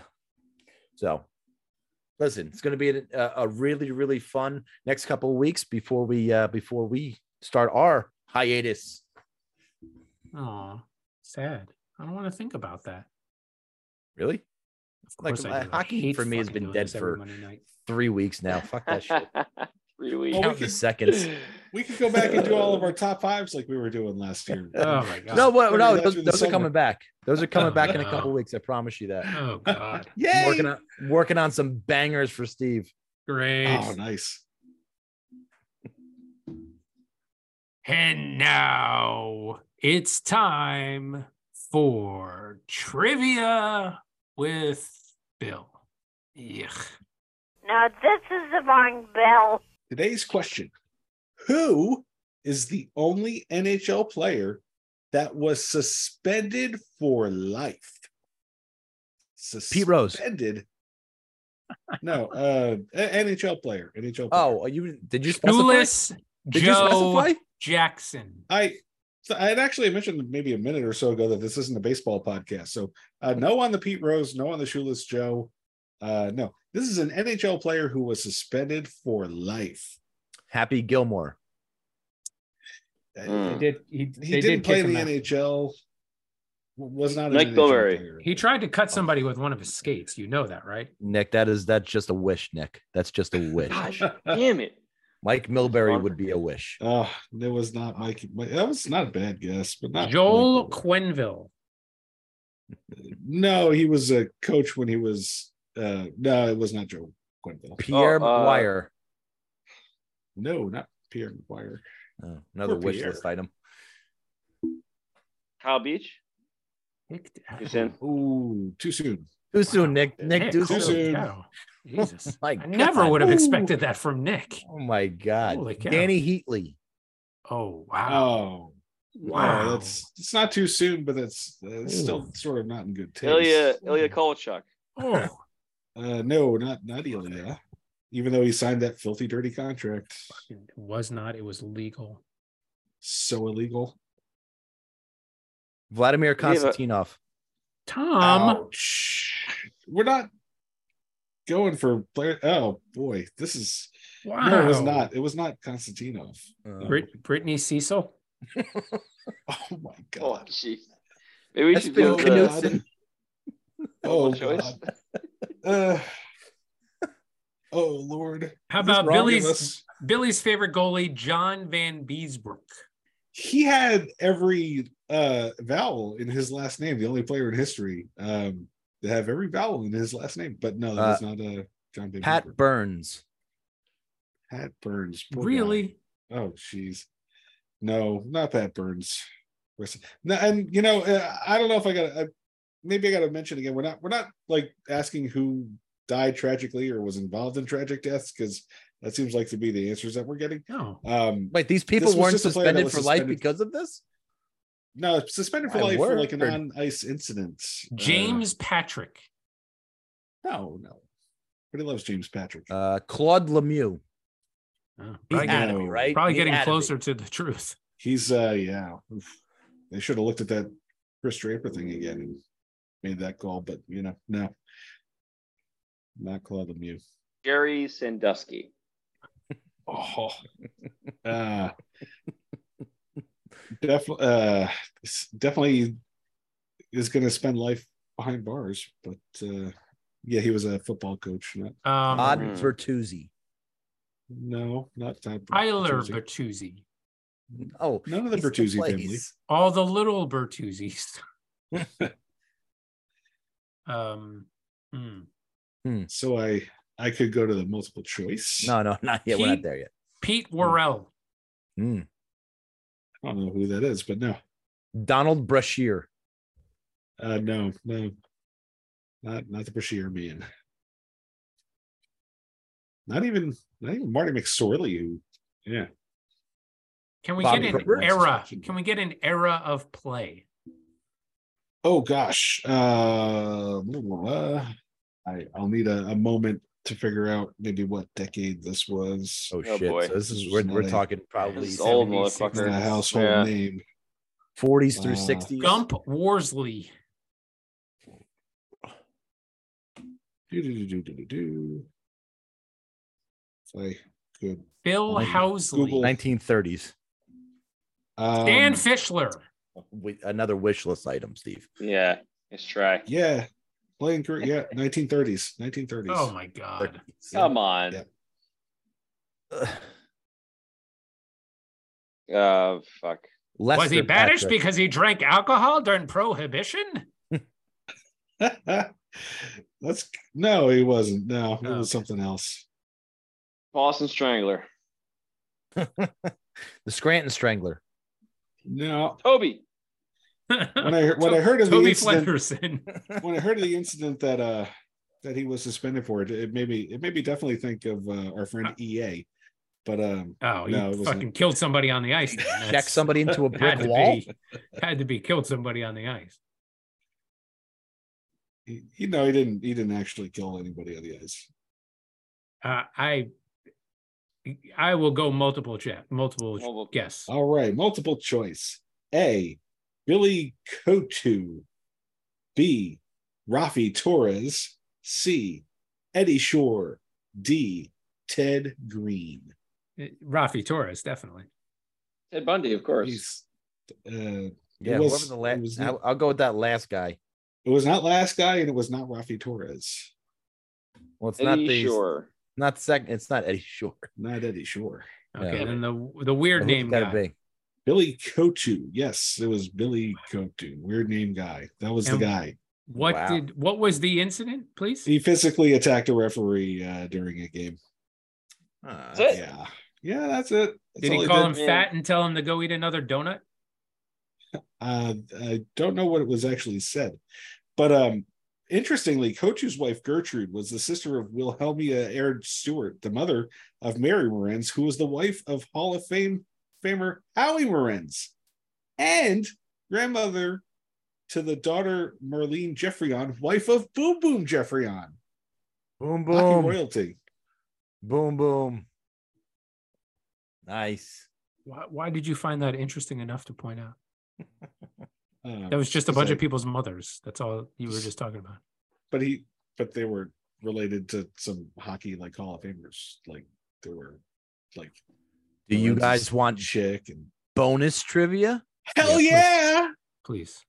S4: So, listen, it's going to be a, a really, really fun next couple of weeks before we uh, before we start our hiatus.
S5: oh sad i don't want to think about that
S4: Really,
S5: of
S4: Like,
S5: course I
S4: my
S5: do. I
S4: hockey
S5: hate
S4: for me has
S5: fucking
S4: been
S5: doing
S4: dead
S5: this every
S4: for-
S5: Monday night.
S4: three weeks now. Fuck that shit.
S6: Three weeks.
S2: Well,
S4: Count the seconds.
S2: We could go back and do all of our top fives like we were doing last year.
S5: oh my god
S4: No, what,
S2: Figure
S4: no,
S2: that
S4: those,
S2: through the
S4: those are coming
S2: summer.
S4: back. Those are coming
S5: Oh,
S4: back in a
S5: no.
S4: couple weeks. I promise you that.
S5: oh god
S4: I'm
S2: Yay!
S4: working on working on some bangers for Steve.
S5: great
S2: Oh, nice.
S5: And now it's time for trivia with Bill. Yuck.
S7: Now this is the Barn Bell.
S2: Today's question Who is the only NHL player that was suspended for life?
S4: Pete Rose.
S2: Suspended. No, uh, a- NHL player. NHL player.
S4: Oh, are you did you specify?
S5: Shoeless
S4: Did you
S5: Joe
S4: specify?
S5: Jackson.
S2: I so I had actually mentioned maybe a minute or so ago that this isn't a baseball podcast. So uh, no on the Pete Rose, no on the Shoeless Joe. Uh, no, this is an NHL player who was suspended for life.
S4: Happy Gilmore.
S2: Uh,
S6: Mm.
S5: did. He,
S2: He didn't play in the NHL. w- Was not an
S6: Mike
S2: NHL
S6: Milbury.
S2: player.
S5: He tried to cut somebody with one of his skates. You know that, right?
S4: Nick, that is that's just a wish, Nick. That's just a wish.
S6: Gosh, damn it.
S4: Mike Milbury would be a wish.
S2: Oh, that was not Mike. Mike- That was not a bad guess, but not
S5: Joel
S2: Mike
S5: Quenville.
S2: Milbury. No, he was a coach when he was. Uh, no, it was not Joel Quenville.
S4: Pierre
S6: Oh, uh,
S4: McGuire.
S2: No, not Pierre McGuire.
S4: Oh, another
S2: poor
S4: wish
S2: Pierre.
S4: list item.
S6: Kyle Beach. He's in.
S2: Ooh, too soon.
S4: Too soon, Nick.
S5: Wow.
S4: Nick, too
S5: holy
S4: soon.
S2: soon.
S5: cow. Jesus.
S4: My
S5: I never
S4: God.
S5: would have
S2: Ooh.
S5: expected that from Nick.
S4: Oh my
S5: Holy
S4: God.
S5: cow.
S4: Danny Heatley.
S5: Oh, wow.
S2: Oh,
S5: wow.
S2: No, that's it's not too soon, but that's it's still
S5: Ooh.
S2: sort of not in good taste.
S6: Ilya Ilya Kovalchuk.
S5: oh.
S2: Uh, no, not not Ilya. Even though he signed that filthy, dirty contract,
S5: It was not. It was legal.
S2: so illegal.
S4: Vladimir
S6: Yeah, but-
S4: Konstantinov.
S5: Tom.
S2: Ouch. We're not going for player. Oh boy, this is
S5: Wow.
S2: no, it was not. It was not Konstantinov.
S4: Uh,
S5: Brit- Brittany Cecil.
S2: Oh my
S6: Oh,
S2: god.
S6: jeez. Maybe we
S4: That's
S6: should
S4: been
S6: do
S2: Oh,
S4: Canoe
S6: the
S4: Canoes-
S2: god.
S6: multiple
S2: Oh,
S6: choice.
S2: god. Uh, oh lord.
S5: How
S2: This
S5: about
S2: Rob gave
S5: Billy's
S2: us-
S5: Billy's favorite goalie, John Van Beesbrook?
S2: he had every uh vowel in his last name the only player in history um to have every vowel in his last name but no that was not a john Van
S4: Pat
S2: Beaver.
S4: Burns.
S2: pat burns poor guy.
S5: Really?
S2: oh jeez No, not that Burns. No, and you know, uh, I don't know if I got. to Maybe I got to mention again. We're not. We're not like asking who died tragically or was involved in tragic deaths because that seems like to be the answers that we're getting.
S5: No.
S2: Um,
S4: Wait,
S2: This
S4: these people
S2: was
S4: weren't
S2: just a player that
S4: suspended
S2: was
S4: for life
S2: suspended.
S4: because of this.
S2: no, suspended for
S4: My
S2: life for like a
S4: word.
S2: non-ice incident. Uh,
S5: James Patrick.
S2: no, no. But he loves James Patrick.
S4: Uh, Claude Lemieux.
S5: Oh,
S4: He had to
S5: probably getting,
S2: know.
S4: be, right?
S5: probably
S4: He
S5: getting
S4: had to be.
S5: closer to the truth.
S2: He's uh yeah. Oof. They should have looked at that Chris Draper thing again and made that call, but you know, no. Not Claude Lemieux.
S6: Gary Sandusky.
S2: Oh. uh, def- uh, s- definitely is going to spend life behind bars, but uh, yeah, he was a football coach. Not,
S5: Um,
S4: Todd
S6: Mm.
S4: Bertuzzi.
S2: no, not Todd
S5: Tyler
S2: Bertuzzi.
S5: Bertuzzi.
S4: Oh,
S2: None of the
S4: he still
S2: Bertuzzi
S4: plays.
S2: family.
S5: All the little Bertuzzis. um, hmm.
S2: So I I could go to the multiple choice.
S4: No, no, not yet. We're not
S5: Pete-
S4: there yet.
S5: Pete
S2: Hmm.
S5: Worrell.
S4: Mm.
S2: I don't know who that is, but no,
S4: Donald Brashear.
S2: uh, no, no, not not the Bashir man. Not even not even Marty McSorley, who yeah,
S5: Can we
S4: Bobby
S5: get an
S4: Roberts.
S5: era? Can we get an era of play?
S2: Oh gosh. Uh, blah, blah, blah. I, I'll need a, a moment to figure out maybe what decade this was.
S4: Oh,
S6: Oh,
S4: shit!
S6: boy.
S4: So this is we're,
S2: This
S4: we're
S2: is
S4: talking probably
S6: This is old
S5: 76.
S2: It's not
S6: motherfucker.
S2: a household
S6: Yeah.
S2: name.
S4: 40s through
S2: Wow.
S4: 60s.
S5: Gump Worsley.
S2: Do, do, do, do, do, do, do. If I could.
S5: Bill
S4: Like,
S5: Housley.
S2: Google-
S4: 1930s.
S2: Um,
S5: Dan Fischler.
S4: We, another wish list item, Steve.
S6: Yeah, let's try.
S2: Yeah. Playing career. Yeah. 1930s. 1930s.
S5: Oh my God.
S6: Come on.
S2: Yeah.
S4: Ugh.
S6: Uh, fuck.
S5: Was he
S4: Lester
S5: banished
S4: Patrick.
S5: because he drank alcohol during Prohibition?
S2: That's no, he wasn't. No, it
S5: Oh,
S2: was something else.
S6: Boston Strangler.
S4: the Scranton Strangler?
S2: No,
S6: Toby.
S2: when I when I heard of the
S5: Toby
S2: incident,
S5: Flenderson.
S2: when I heard of the incident that uh that he was suspended for, it, it made me it made me definitely think of uh, our friend EA. But um,
S5: Oh, he
S2: No, it wasn't.
S5: fucking killed somebody on the ice. then.
S4: Check
S5: That's-
S4: somebody into a brick
S5: had to
S4: wall.
S5: be had to be killed somebody on the ice.
S2: he, you know, he didn't he didn't actually kill anybody on the ice.
S5: Uh, I I will go multiple chat multiple
S4: Oh.
S6: Multiple-
S5: guess.
S2: All right, multiple choice: A. Billy Kotu, B. Rafi Torres, C. Eddie Shore, D. Ted Green.
S5: Eh, Rafi Torres definitely.
S6: Ted Bundy, of course.
S2: He's, uh,
S4: Yeah,
S2: It was-
S4: whoever the last.
S2: it was-
S4: I'll, I'll go with that last guy.
S2: it was not last guy, and it was not Rafi Torres,
S4: Well, it's not
S6: Eddie
S4: the
S6: Shore.
S4: not second. It's not Eddie Shore.
S2: not Eddie Shore.
S5: Okay,
S4: Yeah.
S5: then the the weird
S4: Who's
S5: name
S4: gotta
S5: guy.
S4: be?
S2: Billy Kotu. Yes, it was Billy Kotu. Weird name guy. That was
S5: And-
S2: the guy.
S5: What
S4: Wow.
S5: did what was the incident, please?
S2: He physically attacked a referee uh, during a game.
S4: Ah,
S6: That's it.
S2: Yeah. Yeah, that's it. That's
S5: did
S2: all
S5: he call him
S6: Yeah.
S5: fat and tell him to go eat another donut?
S2: Uh, I don't know what it was actually said. But um, interestingly, Kotu's wife, Gertrude, was the sister of Wilhelmia Aird Stewart, the mother of Mary Morenz, who was the wife of Hall of Fame famer Howie Morenz and grandmother to the daughter Marlene Jeffreyon, wife of Boom Boom Jeffreyon,
S4: boom,
S2: hockey
S4: boom,
S2: royalty.
S4: boom, boom. Nice.
S5: Why, why did you find that interesting enough to point out?
S2: Um,
S5: That was just a
S2: he's
S5: bunch of
S2: like-
S5: people's mothers. That's all you were just talking about.
S2: But he, but they were related to some hockey like Hall of Famers, like they were like
S4: Do you
S2: Lorenz
S4: guys want
S2: chick and
S4: bonus trivia?
S2: hell yeah.
S5: Please.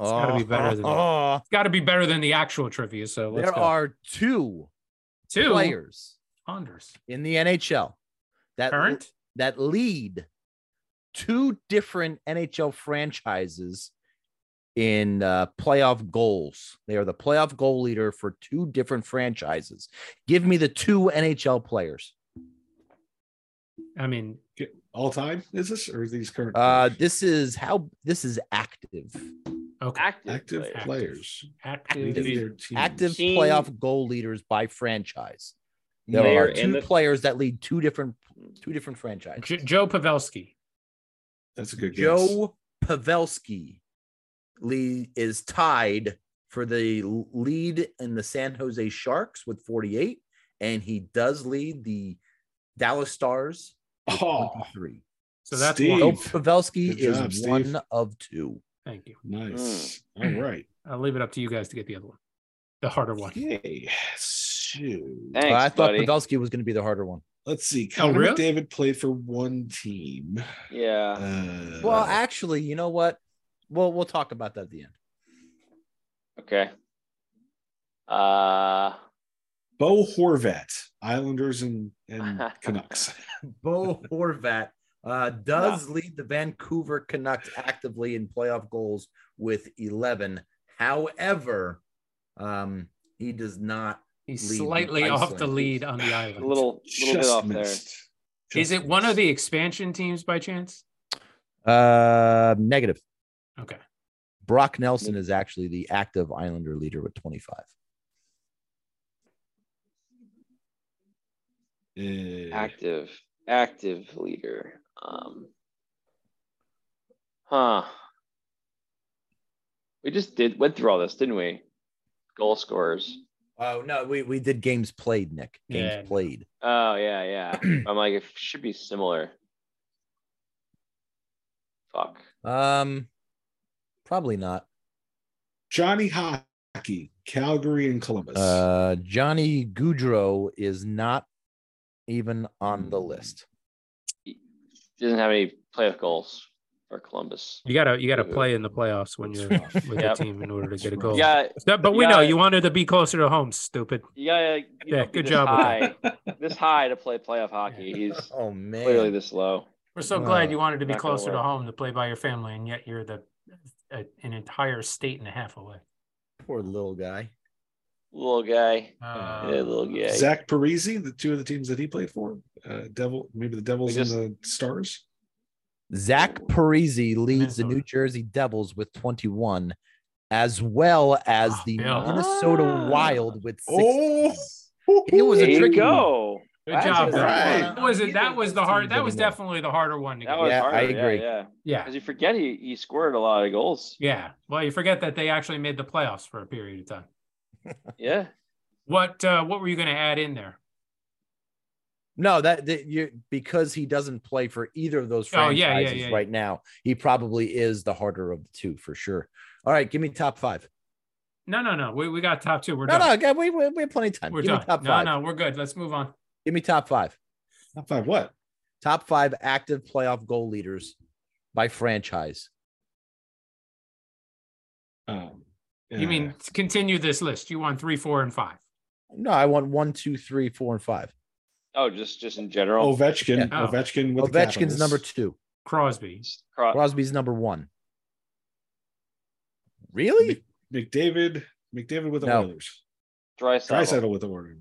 S4: It's
S5: gotta be better than-
S4: oh,
S5: It's gotta be better than the actual trivia. So let's
S4: There
S5: go.
S4: are two,
S5: two
S4: players
S5: Anders.
S4: in the NHL that
S5: Current?
S4: that lead two different NHL franchises in uh, playoff goals. They are the playoff goal leader for two different franchises. Give me the two NHL players.
S5: I mean,
S2: All time is this or these current
S4: Uh,
S2: players?
S4: this is how this is active,
S5: okay,
S6: Active.
S2: active
S6: player.
S2: players?
S5: active.
S2: Leading their teams.
S4: active
S6: Team-
S4: playoff goal leaders by franchise. There
S6: Player
S4: are
S6: and
S4: two
S6: the-
S4: players that lead two different two different franchises.
S5: J- Joe Pavelski.
S2: That's a good guess.
S4: Joe Pavelski lead, is tied for the l- lead in the San Jose Sharks with 48, and he does lead the Dallas Stars with
S2: Oh,
S4: 23.
S5: So that's
S2: Steve.
S4: Joe
S5: one.
S4: Pavelski
S2: Good
S4: is
S2: job, Steve.
S4: one of two.
S5: Thank you.
S2: nice. All right.
S5: I'll leave it up to you guys to get the other one, the harder one.
S2: Okay. So,
S6: Thanks,
S4: I thought
S6: buddy.
S4: Pavelski was going to be the harder one.
S2: let's see. Connor
S5: Oh, really?
S2: McDavid played for one team.
S6: Yeah.
S2: Uh,
S4: Well, actually, you know what? Well, we'll talk about that at the end.
S6: Okay. Uh,
S2: Bo Horvat, Islanders and, and Canucks.
S4: Bo Horvat uh, does lead the Vancouver Canucks actively in playoff goals with 11. However, um, he does not.
S5: He's
S4: Lead
S5: slightly off the
S4: Iceland.
S5: lead on the
S6: a
S5: island.
S6: little, little bit off there.
S2: there.
S5: Is it one of the expansion teams by chance?
S4: Uh, negative.
S5: Okay.
S4: Brock Nelson is actually the active Islander leader with 25.
S2: Uh,
S6: Active, active leader. Um, huh. We just did went through all this, didn't we? Goal scorers.
S4: Oh, no, we, we did games played, Nick. Games
S5: Yeah.
S4: played.
S6: Oh yeah, yeah. I'm like, it should be similar. Fuck.
S4: Um, probably not.
S2: Johnny Hockey, Calgary and Columbus.
S4: Uh, Johnny Goudreau is not even on
S5: Hmm.
S4: the list.
S6: Doesn't have any playoff goals for Columbus.
S5: You gotta you gotta
S6: Yeah.
S5: play in the playoffs when you're
S2: That's
S5: with
S6: Yep.
S5: the team in order to get a
S2: That's
S5: goal.
S6: Yeah,
S5: That- but we know
S6: Yeah.
S5: you wanted to be closer to home. Stupid.
S6: you gotta you
S5: Yeah,
S6: know, be
S5: good
S6: this
S5: job
S6: High,
S5: with
S6: this high to play playoff hockey. He's
S4: Oh, man.
S6: clearly this low.
S5: We're so glad you
S4: No,
S5: wanted to be
S6: not gonna
S5: closer to
S6: work.
S5: home to play by your family, and yet you're the a, an entire state and a half away.
S4: Poor little guy.
S6: Little guy.
S5: Uh,
S6: Yeah, little guy.
S2: Zach Parisi, the two of the teams that he played for, uh, Devil, maybe the Devils
S6: We just-
S2: and the Stars.
S4: Zach Parisi leads the
S5: Minnesota.
S4: New Jersey Devils with 21, as well as the
S5: Bill.
S4: Minnesota
S6: Ah.
S4: Wild with 16.
S2: Oh.
S4: It was a
S6: there you
S4: tricky
S6: go.
S5: Good
S6: That's
S5: job.
S2: all
S5: Bill.
S2: right.
S5: That was it. That was the hard. That was
S4: That
S5: definitely the harder one to
S6: That
S5: get.
S6: was
S4: Yeah,
S6: harder.
S4: I
S6: yeah,
S4: agree.
S6: Yeah,
S5: yeah,
S6: because you forget he, he scored a lot of goals.
S5: yeah. Well, you forget that they actually made the playoffs for a period of time.
S6: Yeah,
S5: What uh, what were you going to add in there?
S4: No, that, that you because he doesn't play for either of those
S5: Oh, yeah, yeah,
S4: franchises
S5: yeah, yeah.
S4: right now. He probably is the harder of the two for sure. All right, give me top five.
S5: No, no, no. We, we got top two. We're
S4: no,
S5: done.
S4: no, God, we, we, we have plenty of time.
S5: We're
S4: give
S5: done.
S4: me top
S5: no,
S4: five.
S5: no, we're good. Let's move on.
S4: Give me top five.
S2: Top five, what?
S4: Top five active playoff goal leaders by franchise.
S2: Um,
S5: You mean continue this list? You want three, four, and five?
S4: No, I want one, two, three, four, and five.
S6: Oh, just just in
S2: uh,
S6: general.
S2: Ovechkin?
S5: Yeah.
S2: Ovechkin with the
S4: Ovechkin's
S2: Capitals.
S4: number two.
S5: Crosby.
S6: Just cro-
S4: Crosby's number one. Really?
S2: McDavid. McDavid with the
S4: No.
S2: Oilers.
S6: dry
S2: Drysaddle with the Oilers.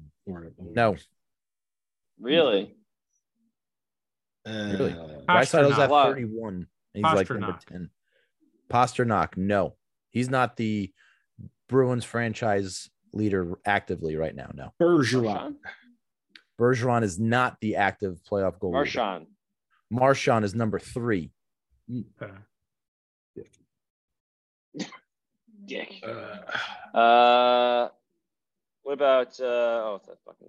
S4: No.
S6: Really?
S2: Uh,
S4: Really?
S5: Pasternak.
S4: Drysdale's at
S6: Wow.
S4: 31. and He's like number
S5: Pasternak.
S4: 10. Pasternak, no. He's not the Bruins franchise leader actively right now. No.
S2: Bergeron.
S4: Bergeron is not the active playoff goal. leader.
S6: Marshawn.
S4: Marchand is number three.
S5: Okay.
S6: Dick.
S2: Uh,
S6: Uh, what about uh? Oh, what's that fucking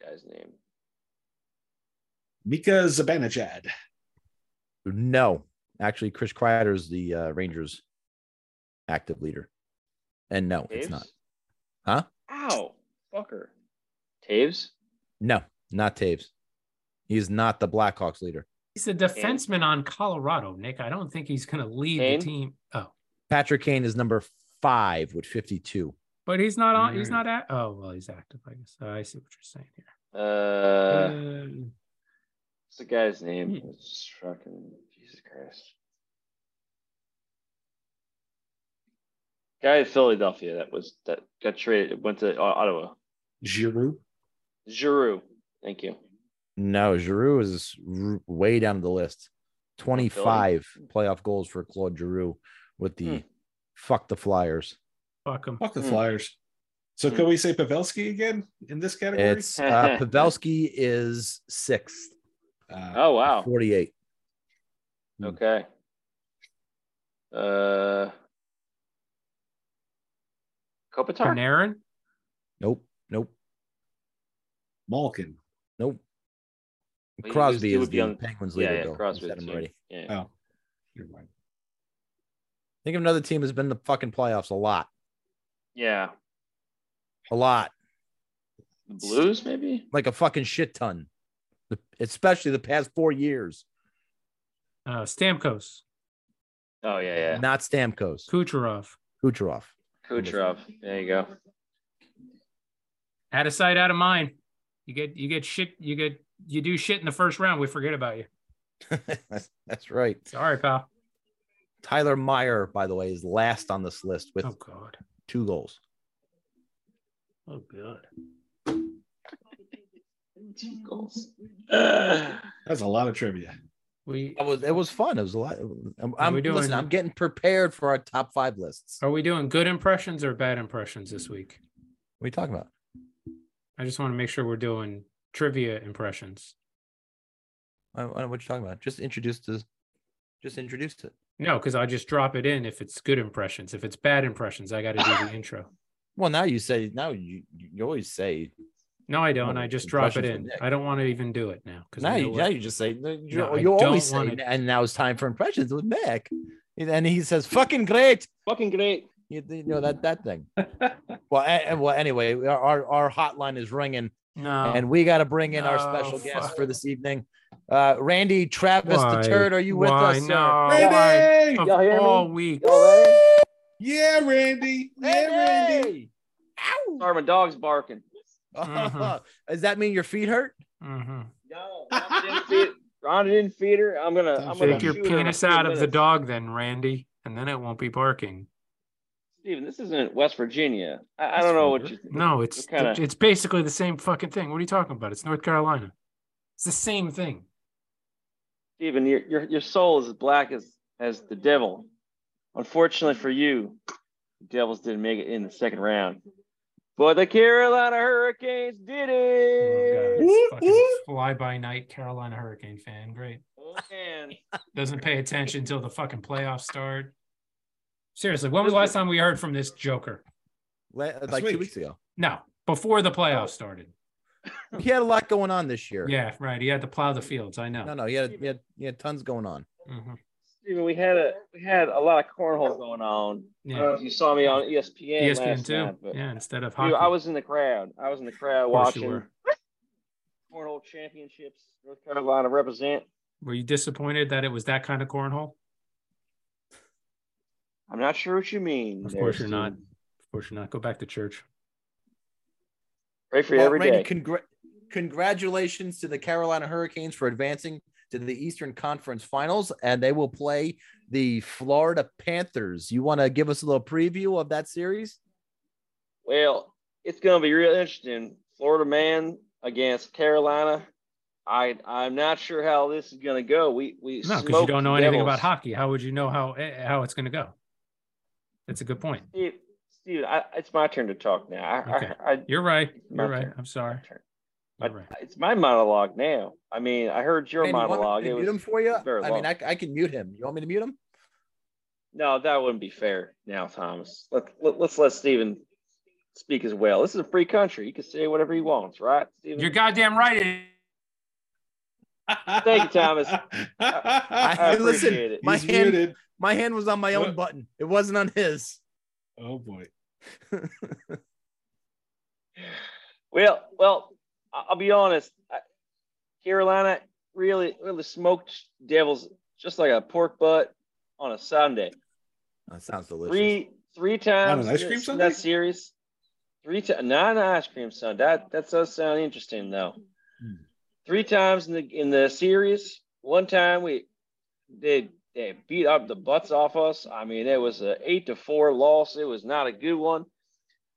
S6: guy's name?
S2: Mika Zibanejad.
S4: No. Actually, Chris Kreider is the uh, Rangers active leader. And no, it's
S6: Taves?
S4: not. Huh?
S6: Ow, fucker. Taves.
S4: No, not Taves. He's not the Blackhawks leader.
S5: He's a defenseman on Colorado, Nick. I don't think he's going to lead
S6: Kane?
S5: the team. Oh,
S4: Patrick Kane is number five with 52.
S5: but he's not on. He's not at. Oh, well, he's active. I guess. Oh, I see what you're saying here.
S6: Uh,
S5: Uh,
S6: what's the guy's name?
S5: Hmm.
S6: It's fucking Jesus Christ. Guy in Philadelphia that was that got traded went to uh, Ottawa.
S2: Giroux.
S6: Giroux. Thank you.
S4: No, Giroux is r- way down the list. 25 playoff goals for Claude Giroux with the fuck the Flyers.
S5: Fuck them.
S2: Fuck the
S6: Hmm.
S2: Flyers. So
S6: Hmm.
S2: can we say Pavelski again in this category?
S4: It's uh, Pavelski is sixth,
S2: uh,
S6: Oh wow.
S4: 48.
S6: Okay. Uh, Kopitar.
S5: Panarin.
S4: Nope, nope,
S2: Malkin.
S4: nope.
S6: But he was-
S4: Crosby
S6: he
S4: is
S6: would be
S4: the
S6: on-
S4: Penguins leader.
S6: yeah, yeah,
S4: though. We
S6: Crosby.
S4: said him
S6: too.
S4: already.
S6: Yeah.
S2: Oh, never mind.
S4: Think of another team that's been in the fucking playoffs a lot,
S6: Yeah.
S4: a lot,
S6: The Blues, maybe.
S4: like a fucking shit ton, The- especially the past four years.
S5: Uh, Stamkos.
S6: Oh yeah, yeah.
S4: Not Stamkos,
S5: Kucherov.
S4: Kucherov.
S6: Kucherov. There you go.
S5: Out of sight, out of mind. You get you get shit. You get you do shit in the first round. We forget about you.
S4: that's, that's right.
S5: Sorry, pal.
S4: Tyler Meyer, by the way, is last on this list with
S5: Oh God.
S4: two goals.
S5: Oh God.
S6: Two goals. Uh,
S2: That's a lot of trivia.
S5: We
S4: It was it was fun. It was a lot. I'm,
S5: are
S4: I'm
S5: we doing Oh.
S4: listen.
S5: here?
S4: I'm getting prepared for our top five lists. What
S5: are we doing good impressions or bad impressions this week?
S4: are you talking about?
S5: I just want to make sure we're doing trivia impressions.
S4: I, I don't know what you're talking about. Just introduce this. Just introduce it.
S5: No, because I just drop it in if it's good impressions. If it's bad impressions, I got to do the intro.
S4: Well, now you say now you you always say
S5: No, I don't.
S4: Oh,
S5: I just drop it
S4: impressions
S5: in.
S4: with Nick.
S5: I don't want to even do it now because
S4: now
S5: I know
S4: you
S5: what-
S4: now you just say you,
S5: No, I
S4: you always
S5: don't
S4: say
S5: wanna-
S4: and now it's time for impressions with Mick, and he says fucking great.
S6: fucking great.
S4: You, you know that that thing. well, a, well, anyway, our- our our hotline is ringing.
S5: no.
S4: and we got to bring in our
S5: No,
S4: special guest
S5: fuck.
S4: for this evening. Uh, Randy Travis
S5: Why?
S4: the Turd, are you with
S5: Why?
S4: us? sir?
S5: No.
S2: Randy!
S5: Why?
S4: Oh.
S5: Of
S6: Y'all hear me?
S5: all week.
S2: Yeah, Randy. Yeah, Randy.
S4: Randy! Ow!
S6: Sorry, my dog's barking.
S5: Mhm.
S4: Oh, Does that mean your feet hurt?
S5: Mhm.
S6: No, Rhonda didn't feed, Rhonda didn't feed her. I'm gonna. I'm gonna
S5: Take your
S6: shoot her in a
S5: penis
S6: few
S5: out of the
S6: minutes.
S5: dog, then, Randy, and then it won't be barking.
S6: Steven, this isn't West Virginia. I, I
S4: That's
S6: don't know
S4: fine,
S6: what you.
S5: No, it's
S6: What kinda-
S5: it's basically the same fucking thing. What are you talking about? It's North Carolina. It's the same thing.
S6: Steven, your, your your soul is as black as as the devil. Unfortunately for you, the Devils didn't make it in the second round, but the Carolina Hurricanes did it.
S5: Oh, God, it's fucking fly by night Carolina Hurricane fan. Great.
S6: Oh, And
S5: Doesn't pay attention until the fucking playoffs start. Seriously, when was the last time we heard from this joker?
S4: La-
S2: This
S4: Like two
S2: week.
S4: weeks ago.
S5: No, before the playoffs
S6: Oh,
S5: started.
S4: He had a lot going on this year.
S5: Yeah, right. He had to plow the fields. I know.
S4: No, no, he had, he had, he had tons going on.
S5: Mhm.
S6: Steven, we had a we had a lot of cornhole going on. I don't know
S5: Yeah. E
S6: if you saw me on E ESPN,
S5: ESPN
S6: last
S5: too.
S6: night, but
S5: yeah, instead of hockey.
S6: Dude, I was in the crowd. I was in the crowd
S5: Of course you
S6: watching
S5: were.
S6: cornhole championships. North Carolina represent.
S5: Were you disappointed that it was that kind of cornhole?
S6: I'm not sure what you mean.
S5: Of
S6: there,
S5: course you're not.
S6: Steven.
S5: Of course you're not. Go back to church.
S6: Pray for you
S4: Well,
S6: every day.
S4: Randy, congra- congratulations to the Carolina Hurricanes for advancing to the Eastern Conference Finals, and they will play the Florida Panthers. You want to give us a little preview of that series?
S6: Well, it's going to be real interesting. Florida man against Carolina. I I'm not sure how this is going to go. We we
S5: No, because you
S6: smoked
S5: don't know
S6: the
S5: anything
S6: Devils.
S5: about hockey. How would you know how eh, how it's going to go? That's a good point.
S6: Steve, Steve I, it's my turn to talk now. I,
S5: Okay.
S6: I, I,
S5: You're right.
S6: My
S5: You're right.
S6: turn.
S5: I'm sorry.
S6: I-
S5: You're right.
S6: it's my monologue now. I mean, I heard your
S4: Randy, you want me
S6: monologue.
S4: to
S6: It
S4: mute
S6: was,
S4: him for you?
S6: it was very
S4: I mean,
S6: long.
S4: I, I can mute him. You want me to mute him?
S6: No, that wouldn't be fair now, Thomas. Let, let, let's let Steven speak as well. This is a free country. He can say whatever he wants, right, Steven?
S5: You're goddamn right. it-
S6: Thank you, Thomas. I
S4: Hey, listen,
S6: appreciate it.
S4: my
S2: He's
S4: hand-
S2: muted.
S4: My hand was on my own
S2: What?
S4: button. It wasn't on his.
S2: Oh boy.
S6: Well, well, I- I'll be honest. I- Carolina really, really smoked Devils just like a pork butt on a Sunday.
S4: That sounds delicious.
S6: Three, three times.
S2: ice
S6: in
S2: cream
S6: that-
S2: Sunday?
S6: That series. Three times, not an ice cream Sunday. That that does sound interesting though.
S2: Hmm.
S6: Three times in the in the series. One time we they they beat up the butts off us. I mean, it was a eight to four loss. It was not a good one.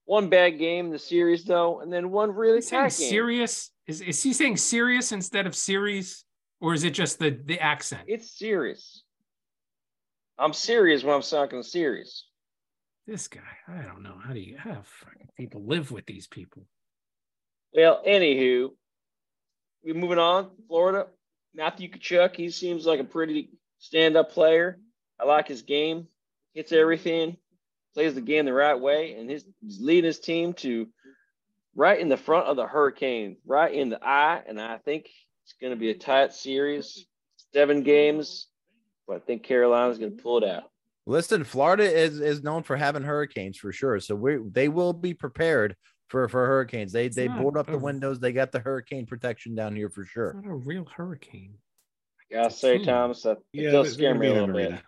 S6: One bad game in the series though, and then one really
S5: Is he saying
S6: bad game.
S5: serious? Is, is he saying serious instead of series? Or is it just the, the accent?
S6: It's serious. I'm serious when I'm talking serious.
S5: This guy, I don't know. How do you how fucking people live with these people?
S6: Well, anywho, we moving on. Florida, Matthew Kachuk. He seems like a pretty stand-up player. I like his game. Hits everything. Plays the game the right way, and his, he's leading his team to right in the front of the hurricane, right in the eye. And I think it's going to be a tight series, seven games, but I think Carolina's going to pull it out.
S4: Listen, Florida is is known for having hurricanes for sure. So we they will be prepared for for hurricanes. They
S5: It's
S4: they
S5: not
S4: board up the
S5: over.
S4: windows. They got the hurricane protection down here for
S5: It's
S4: sure.
S5: not a real hurricane.
S6: I gotta say,
S5: Hmm.
S6: Thomas, that it
S2: Yeah,
S6: does
S2: they're
S6: scare
S2: gonna
S6: me
S2: be
S6: a
S2: in an
S6: little bit.
S2: arena.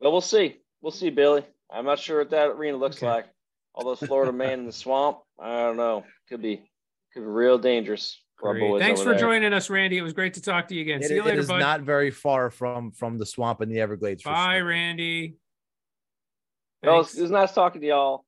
S6: But we'll see. We'll see, Billy. I'm not sure what that arena looks
S5: Okay.
S6: like. All those Florida man in the swamp. I don't know. Could be could be real dangerous. for our
S5: Great.
S6: boys
S5: Thanks for
S6: over there.
S5: joining us, Randy. It was great to talk to you again.
S4: It-
S5: See you
S4: it
S5: later,
S4: is
S5: bud.
S4: not very far from from the swamp in the Everglades. For
S5: Bye,
S4: sure.
S5: Randy.
S6: Well, it's-
S5: Thanks.
S6: it was nice talking to y'all.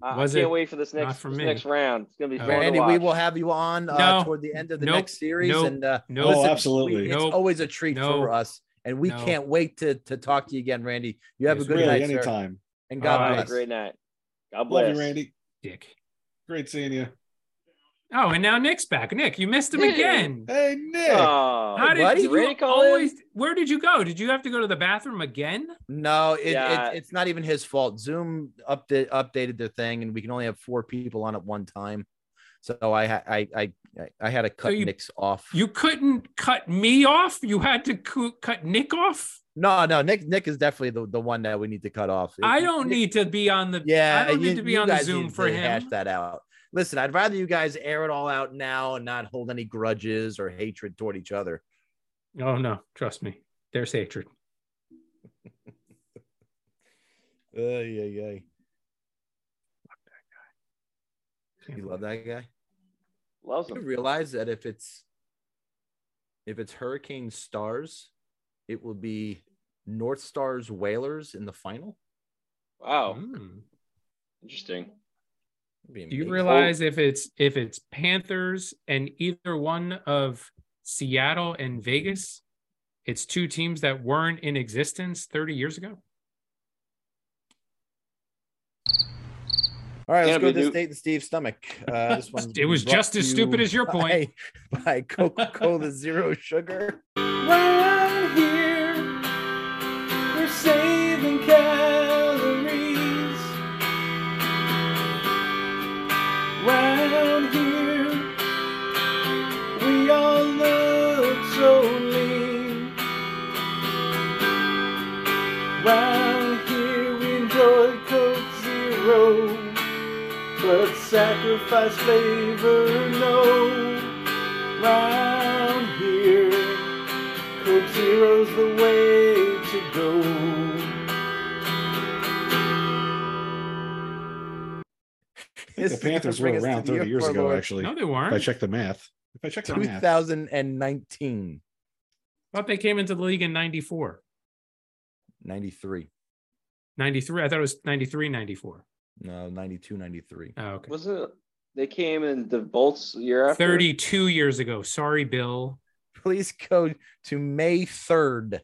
S6: I, I
S5: Was
S6: can't
S5: it?
S6: wait for this
S5: Not
S6: next
S5: for
S6: this
S5: me.
S6: next round. It's gonna be
S5: Uh,
S6: fun.
S4: Randy,
S6: to watch.
S4: we will have you on uh,
S5: No.
S4: toward the end of the
S5: Nope.
S4: next series.
S5: Nope.
S4: And uh,
S5: No.
S2: Oh,
S4: listen,
S2: absolutely.
S4: we- it's
S5: Nope.
S4: always a treat for
S5: No.
S4: us, and we
S5: No.
S4: can't wait to to talk to you again, Randy. You have
S5: Yes,
S4: a good
S2: really,
S4: night, sir,
S2: anytime.
S4: and God
S5: All right,
S6: Have a
S4: bless.
S6: great night. God bless.
S2: Love you, Randy.
S5: Dick.
S2: Great seeing you.
S5: Oh, and now Nick's back. Nick, you missed him
S6: Nick.
S5: again.
S2: Hey, Nick.
S6: Oh,
S5: How did
S4: buddy.
S5: you
S6: Randy call in?
S5: always? Where did you go? Did you have to go to the bathroom again?
S4: No, it,
S6: Yeah.
S4: it, it's not even his fault. Zoom update updated their thing, and we can only have four people on at one time. So I ha- I I I- I had to cut
S5: you-
S4: Nick's off.
S5: You couldn't cut me off. You had to cu- cut Nick off.
S4: no, no, Nick Nick is definitely the, the one that we need to cut off.
S5: I don't need to be on the.
S4: Yeah,
S5: I don't need
S4: you-
S5: to be
S4: you
S5: on the
S4: guys
S5: Zoom
S4: need
S5: for
S4: to Hash
S5: him.
S4: that out. Listen, I'd rather you guys air it all out now and not hold any grudges or hatred toward each other.
S5: Oh no, trust me. There's hatred.
S4: Uh, yeah, yeah. You love that guy.
S6: Loves
S4: You
S6: him.
S4: realize that if it's if it's Hurricane Stars, it will be North Stars Whalers in the final.
S6: Wow,
S5: Mm.
S6: interesting.
S4: That'd be
S5: Do you
S4: amazing.
S5: realize if it's if it's Panthers and either one of Seattle and Vegas, it's two teams that weren't in existence 30 years ago?
S4: All right,
S6: Yeah,
S4: let's go
S6: we
S4: to this
S6: do-
S4: date in Steve's stomach. Uh, this one
S5: It was
S4: brought
S5: just as
S4: to
S5: stupid as your point.
S4: By, by Coca Cola Zero Sugar.
S3: Round here, we're saving calories. Round here, we all look so lean. Round here, we enjoy Coke Zero, but sacrifice flavor, no. Round here. Coke Zero's the way to go.
S4: This
S2: the
S4: is gonna
S2: Panthers were
S4: bring us to
S2: around
S4: the
S2: 30 years
S4: year
S2: ago,
S4: forlorn.
S2: actually.
S5: No, they
S2: If I
S5: weren't. I
S2: check the math, if I check the math,
S4: 2019,
S5: thought they came into the league in 94,
S4: 93.
S5: 93. I thought it was 93, 94.
S4: No, 92, 93.
S5: Oh, okay.
S6: Was it? They came in the Bolts the year after.
S5: 32 years ago. Sorry, Bill.
S4: Please go to May 3rd.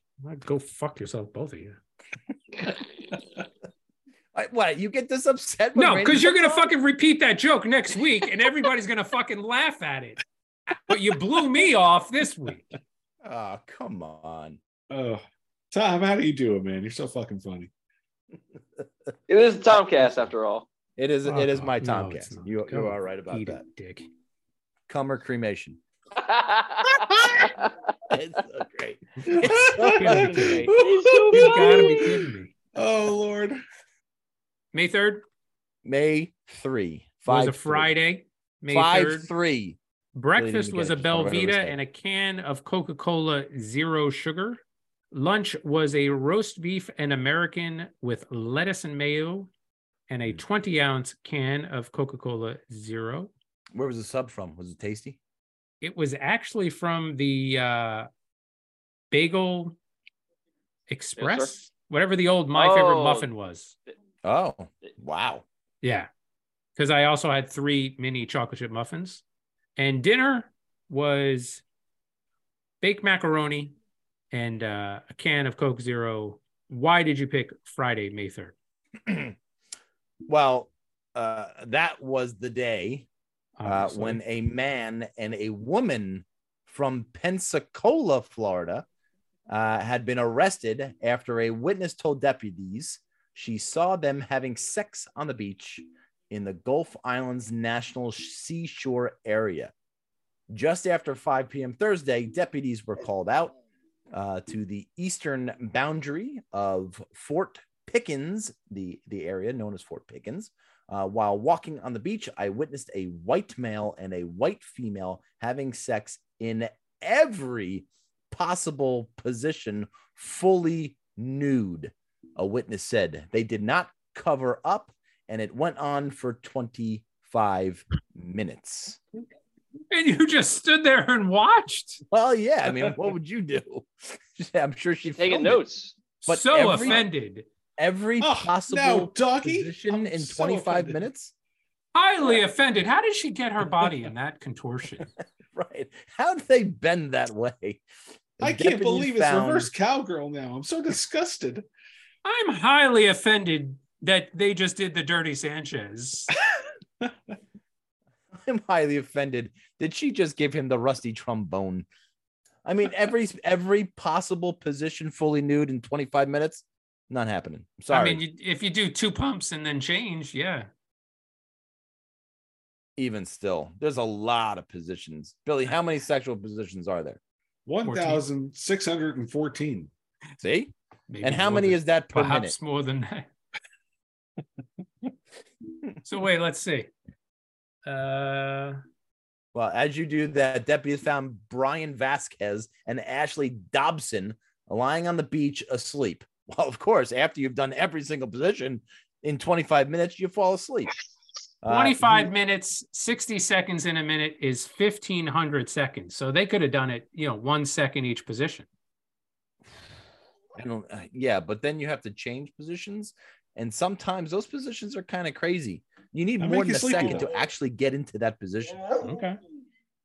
S5: Go fuck yourself, both of you.
S4: I, what? You get this upset? when
S5: No,
S4: Randy
S5: because you're
S4: comes
S5: gonna
S4: on?
S5: fucking repeat that joke next week, and everybody's gonna fucking laugh at it. But you blew me off this week.
S4: Oh, come on.
S2: oh, Tom, how do you do it, man? You're so fucking funny.
S6: It is the Tomcast after all.
S4: It is.
S5: Fuck
S4: it is my
S5: off. Oh, No,
S4: Tom
S5: it's not.
S4: You you
S5: Go
S4: are right about
S5: Eat it,
S4: that.
S5: dick.
S4: Come or cremation. It's so great.
S5: gotta
S4: It's
S5: be
S4: so great.
S5: You gotta be kidding me.
S2: Oh Lord.
S5: May third
S4: May three.
S5: was
S4: Five.
S5: a Friday. May
S4: Five
S5: third.
S4: three.
S5: Breakfast
S4: Bleeding
S5: was a
S4: again. Sorry, whatever
S5: Belvita
S4: it's
S5: and a can of Coca Cola Zero Sugar. Lunch was a roast beef and American with lettuce and mayo, and a
S4: Mm.
S5: 20 ounce can of Coca Cola Zero.
S4: Where was the sub from? Was it tasty?
S5: It was actually from the uh, Bagel Express, whatever the old My Favorite
S6: Oh.
S5: Muffin was.
S4: Oh, wow.
S5: Yeah. Because I also had three mini chocolate chip muffins. And dinner was baked macaroni and uh, a can of Coke Zero. Why did you pick Friday, May 3rd?
S4: well, uh, that was the day uh,
S5: Obviously.
S4: when a man and a woman from Pensacola, Florida, uh, had been arrested after a witness told deputies she saw them having sex on the beach in the Gulf Islands National Seashore area. Just after 5 p.m. Thursday, deputies were called out uh, to the eastern boundary of Fort Pickens, the, the area known as Fort Pickens, uh, while walking on the beach, I witnessed a white male and a white female having sex in every possible position, fully nude. A witness said they did not cover up, and it went on for 25 minutes.
S5: And you just stood there and watched.
S4: Well, yeah, I mean, what would you do? I'm sure she
S6: Taking
S4: filmed it.
S6: notes.
S4: But
S5: so
S4: every-
S5: offended,
S4: Every
S2: Oh,
S4: possible
S2: no, doggy.
S4: position
S2: I'm
S4: in
S2: so
S4: 25
S2: offended.
S4: minutes.
S5: highly offended. How did she get her body in that contortion?
S4: Right? How did they bend that way?
S2: I can't
S4: Deputies
S2: believe it's
S4: found-
S2: reverse cowgirl now. I'm so disgusted.
S5: I'm highly offended that they just did the Dirty Sanchez.
S4: I'm highly offended. Did she just give him the rusty trombone? I mean, every every possible position fully nude in 25 minutes. Not happening. I'm sorry.
S5: I mean, you, if you do two pumps and then change, yeah.
S4: Even still, there's a lot of positions. Billy, how many sexual positions are there?
S2: 1,614.
S4: See?
S5: Maybe
S4: And how
S5: more
S4: many
S5: than-
S4: is that per
S5: perhaps
S4: minute?
S5: more than that. so wait, let's see. Uh,
S4: Well, as you do that, deputies found Brian Vasquez and Ashley Dobson lying on the beach asleep. Well, of course, after you've done every single position in 25 minutes, you fall asleep. Uh,
S5: 25 minutes, 60 seconds in a minute is 1500 seconds. So they could have done it, you know, one second each position.
S4: I don't. uh, Yeah, but then you have to change positions, and sometimes those positions are kind of crazy. You need
S2: I
S4: more
S2: make
S4: than
S2: you
S4: a
S2: sleepy,
S4: second to
S2: though.
S4: actually get into that position.
S2: Okay.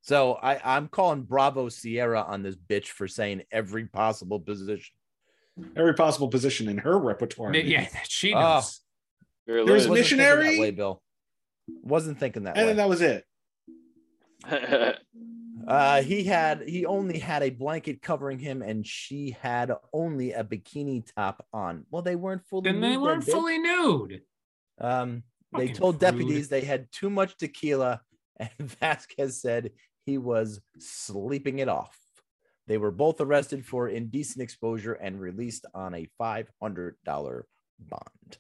S4: So I, I'm calling Bravo Sierra on this bitch for saying every possible position.
S2: Every possible position in her repertoire.
S5: Yeah, she
S4: Oh.
S5: knows.
S6: Very
S2: There's
S6: little.
S4: Wasn't thinking that
S2: missionary?
S4: way, Bill. Wasn't thinking that.
S2: And
S4: way.
S2: then that was it.
S4: Uh, he had he only had a blanket covering him, and she had only a bikini top on. Well, they weren't fully.
S5: And they
S4: nude,
S5: weren't
S4: that bitch.
S5: fully nude.
S4: Um, they
S5: Fucking
S4: told
S5: prude.
S4: deputies they had too much tequila, and Vasquez said he was sleeping it off. They were both arrested for indecent exposure and released on a five hundred dollar bond.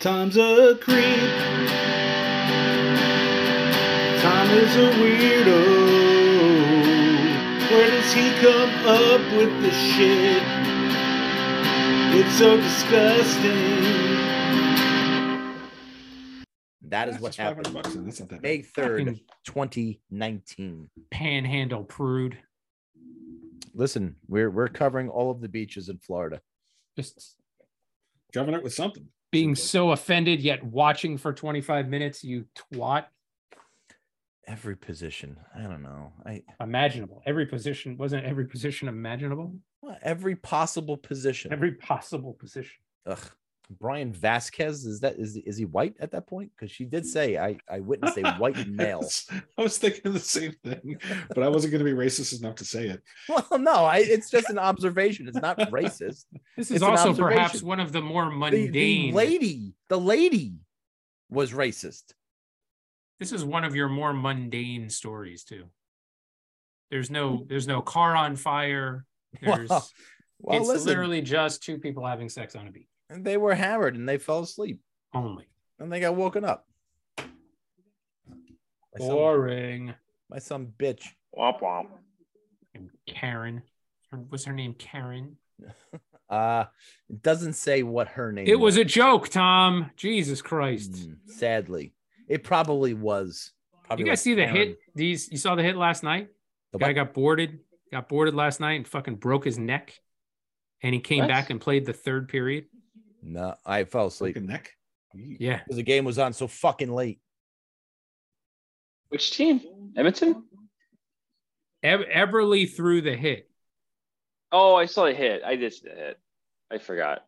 S3: Tom's a creep. Tom is a weirdo. Where does he come up with this shit? It's so disgusting.
S4: That is
S2: That's
S4: what
S2: just 500
S4: happened.
S2: bucks, and That's not that
S4: May
S2: bad.
S4: third,
S5: Fucking
S4: twenty nineteen.
S5: panhandle prude.
S4: Listen, we're we're covering all of the beaches in Florida.
S5: Just
S2: Covering it with something.
S5: being so offended yet watching for 25 minutes, you twat.
S4: every position. I don't know. I
S5: Imaginable. Every position wasn't every position imaginable.
S4: well, every possible position.
S5: Every possible position.
S4: Ugh. Brian Vasquez is that is is he white at that point? Because she did say I I witnessed a white male.
S2: I was thinking the same thing, but I wasn't going to be racist enough to say it.
S4: Well, no, I, it's just an observation. It's not racist.
S5: This
S4: It's
S5: is
S4: an
S5: also perhaps
S4: observation.
S5: one of the more
S4: The, the
S5: mundane.
S4: lady, the lady, was racist.
S5: this is one of your more mundane stories too. There's no there's no car on fire. There's
S4: Well, Well,
S5: it's
S4: listen,
S5: literally just two people having sex on a beach
S4: they were hammered and they fell asleep
S5: only.
S4: and they got woken up. By some,
S5: Boring.
S4: by some bitch.
S6: womp womp.
S5: And Karen. Her- Was her name Karen?
S4: Uh, it doesn't say what her name.
S5: It was a joke, Tom. Jesus Christ.
S4: Mm, sadly, it probably was. Probably
S5: you guys
S4: was
S5: see the
S4: Karen.
S5: hit? These you saw the hit last night?
S4: The
S5: guy
S4: what?
S5: got boarded, got boarded last night and fucking broke his neck. And he came
S6: What?
S5: back and played the third period.
S4: No, I fell asleep.
S2: Broken neck.
S5: Yeah.
S4: because the game was on so fucking late.
S6: Which team? Edmonton?
S5: Eb- Eberly threw the hit.
S6: Oh, I saw a hit. I did see the hit. I forgot.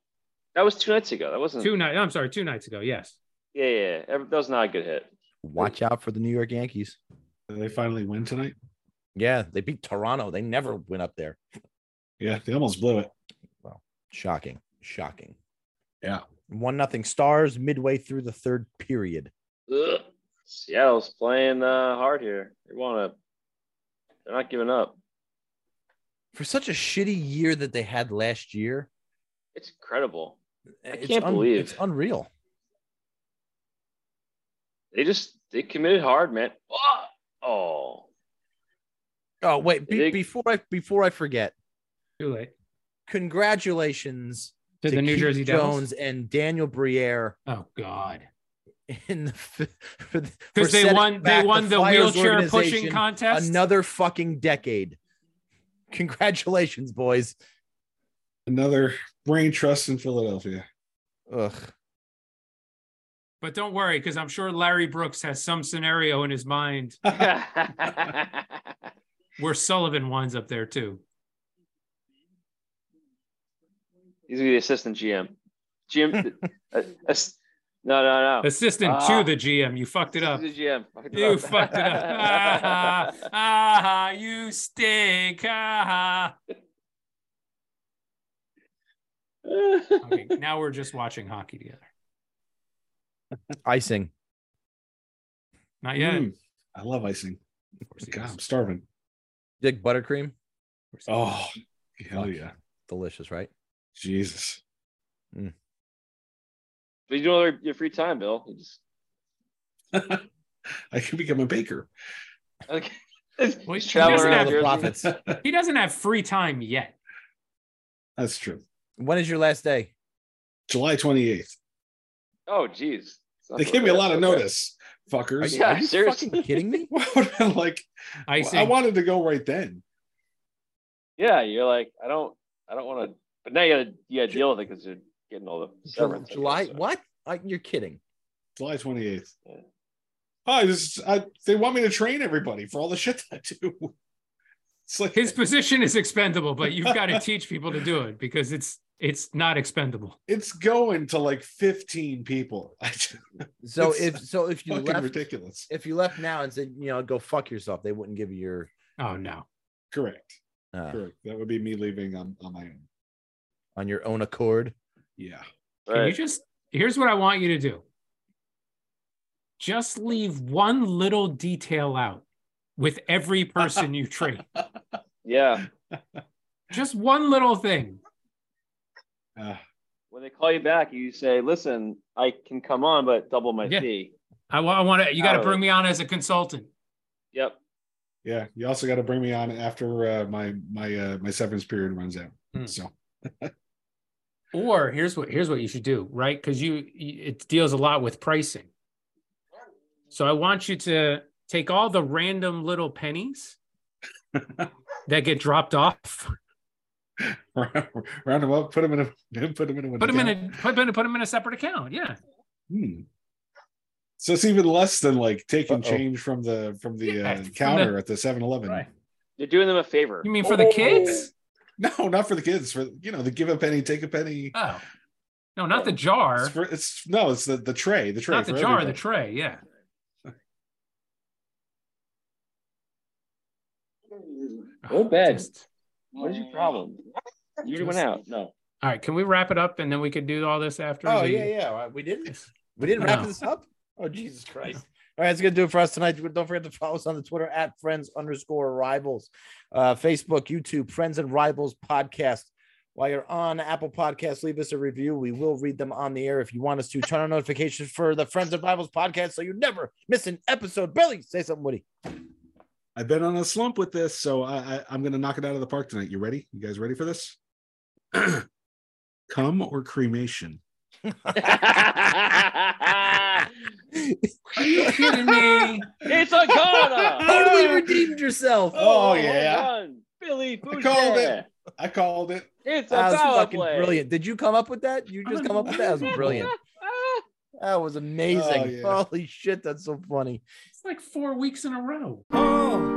S6: That was two nights ago. That wasn't.
S5: Two nights. I'm sorry, two nights ago. Yes.
S6: Yeah, yeah, yeah. That was not a good hit.
S4: Watch out for the New York Yankees.
S2: Did they finally win tonight?
S4: Yeah, they beat Toronto. They never went up there.
S2: Yeah, they almost blew it.
S4: Shocking. Shocking.
S2: Yeah.
S4: One nothing stars midway through the third period.
S6: Ugh. Seattle's playing uh, hard here. They want to. They're not giving up.
S4: For such a shitty year that they had last year,
S6: It's incredible.
S4: I
S6: can't believe.
S4: it's unreal.
S6: They just they committed hard, man. Ah! Oh,
S4: Oh wait, be,
S6: They-
S4: before I before I forget,
S5: Too late.
S4: congratulations
S5: To, the New
S4: Keith
S5: Jersey Devils.
S4: Jones and Daniel Briere
S5: Oh God.
S4: in the because
S5: Because they won they won the, wheelchair pushing contest.
S4: another fucking decade. Congratulations, boys.
S2: Another brain trust in Philadelphia.
S4: Ugh.
S5: but don't worry, because I'm sure Larry Brooks has some scenario in his mind
S6: yeah,
S5: where Sullivan winds up there too.
S6: he's gonna be the assistant GM. GM, uh, ass- no, no, no.
S5: Assistant
S6: Ah.
S5: to the GM. You fucked it up.
S6: The GM. Fucked it
S5: You
S6: up.
S5: fucked it up. Ah, ah, ah, you stink. Ah, ah. Okay, now we're just watching hockey together.
S4: Icing.
S5: Not yet.
S6: Hmm.
S2: Mm, I love icing.
S5: Of course he
S2: God,
S5: is.
S2: I'm starving.
S4: Dig buttercream.
S2: Oh, hell yeah.
S4: Delicious, right?
S2: Jesus.
S6: But you do all your- your free time, Bill. You just
S2: I can become a baker.
S6: okay.
S5: Well,
S6: Just
S5: he
S6: travel
S5: doesn't
S6: around
S5: have-
S6: Jersey.
S4: the profits.
S5: He doesn't have free time yet.
S2: That's true.
S4: When is your last day?
S2: July 28th.
S6: Oh, geez. It's not
S2: They
S6: so
S2: gave me a
S6: bad.
S2: lot of
S6: Okay.
S2: notice,
S4: Are
S2: fuckers.
S4: you,
S6: Yeah,
S4: are you
S6: seriously.
S4: fucking kidding me? Oh,
S2: I would have been like,
S5: I
S2: I
S5: say
S2: wanted to go right then.
S6: Yeah, you're like, I don't, I don't want to. But now you got to, you got to deal with it because you're getting all the
S4: Ju-
S6: severance. I
S4: July?
S6: guess, so.
S4: What? I, you're kidding.
S2: July 28th.
S6: Yeah.
S2: Oh, I just, I, they want me to train everybody for all the shit that I do. It's like,
S5: his position is expendable, but you've got to teach people to do it because it's it's not expendable.
S2: it's going to like 15 people. I just,
S4: So
S2: It's
S4: if so if you
S2: fucking
S4: left
S2: ridiculous.
S4: if you left now and said you know go fuck yourself, they wouldn't give you your.
S5: Oh no.
S2: Correct.
S5: Ah.
S4: Uh,
S2: Correct. That would be me leaving on, on my own.
S4: on your own accord.
S2: Yeah.
S5: Can you
S6: Right.
S5: just here's what I want you to do. Just leave one little detail out with every person you train.
S6: Yeah.
S5: Just one little thing.
S2: Uh,
S6: When they call you back, you say, "Listen, I can come on, but double my
S5: Yeah.
S6: fee."
S5: I want I want to you got to
S6: Oh.
S5: bring me on as a consultant.
S6: Yep.
S2: yeah. You also got to bring me on after uh, my, my, uh, my severance period runs out.
S5: Hmm.
S2: So
S5: Or here's what here's what you should do, right? Because you it deals a lot with pricing. So I want you to take all the random little pennies that get dropped off,
S2: round them up, put them in a, put them in a,
S5: put them in a put them in, put 'em in a separate account. Yeah,
S2: Hmm. So it's even less than like taking
S4: Uh-oh.
S2: change from the from the
S5: Yeah,
S2: uh,
S5: from the-
S2: counter at the 7-Eleven.
S4: Right.
S6: You're doing them a favor.
S5: you mean for the kids?
S2: No, not for the kids. For you know, the give a penny, take a penny.
S5: Oh, no, not the
S2: It's,
S5: jar,
S2: for, it's no, it's the, the tray. The tray.
S5: not the
S2: for
S5: jar, the
S2: everybody.
S5: tray. Yeah,
S6: Go to bed.
S5: Oh, Just-
S6: What is your problem? You already went out. No.
S5: all right, can we wrap it up and then we could do all this after?
S4: Oh
S5: the-
S4: yeah, yeah. uh, We didn't. We didn't wrap
S5: No.
S4: this up. Oh Jesus Christ! All right, that's gonna do it for us tonight. Don't forget to follow us on the Twitter at friends underscore rivals, uh, Facebook, YouTube, friends and rivals podcast. While you're on Apple Podcasts, leave us a review. We will read them on the air if you want us to. Turn on notifications for the Friends and Rivals podcast so you never miss an episode. Billy, say something, Woody.
S2: I've been on a slump with this, so I, I I'm gonna knock it out of the park tonight. You ready? You guys ready for this? Come or cremation?
S5: Are you kidding me?
S6: it's a Ghana.
S4: Totally redeemed yourself.
S2: Oh, yeah.
S6: Billy
S2: called
S6: Boucher.
S2: it. I called it.
S6: It's a
S4: That was
S6: power
S4: fucking
S6: play.
S4: brilliant. Did you come up with that? You just come up with that? That was brilliant. That
S6: Oh,
S4: was amazing.
S2: yeah.
S4: Holy shit, that's so funny.
S5: It's like four weeks in a row.
S3: Oh.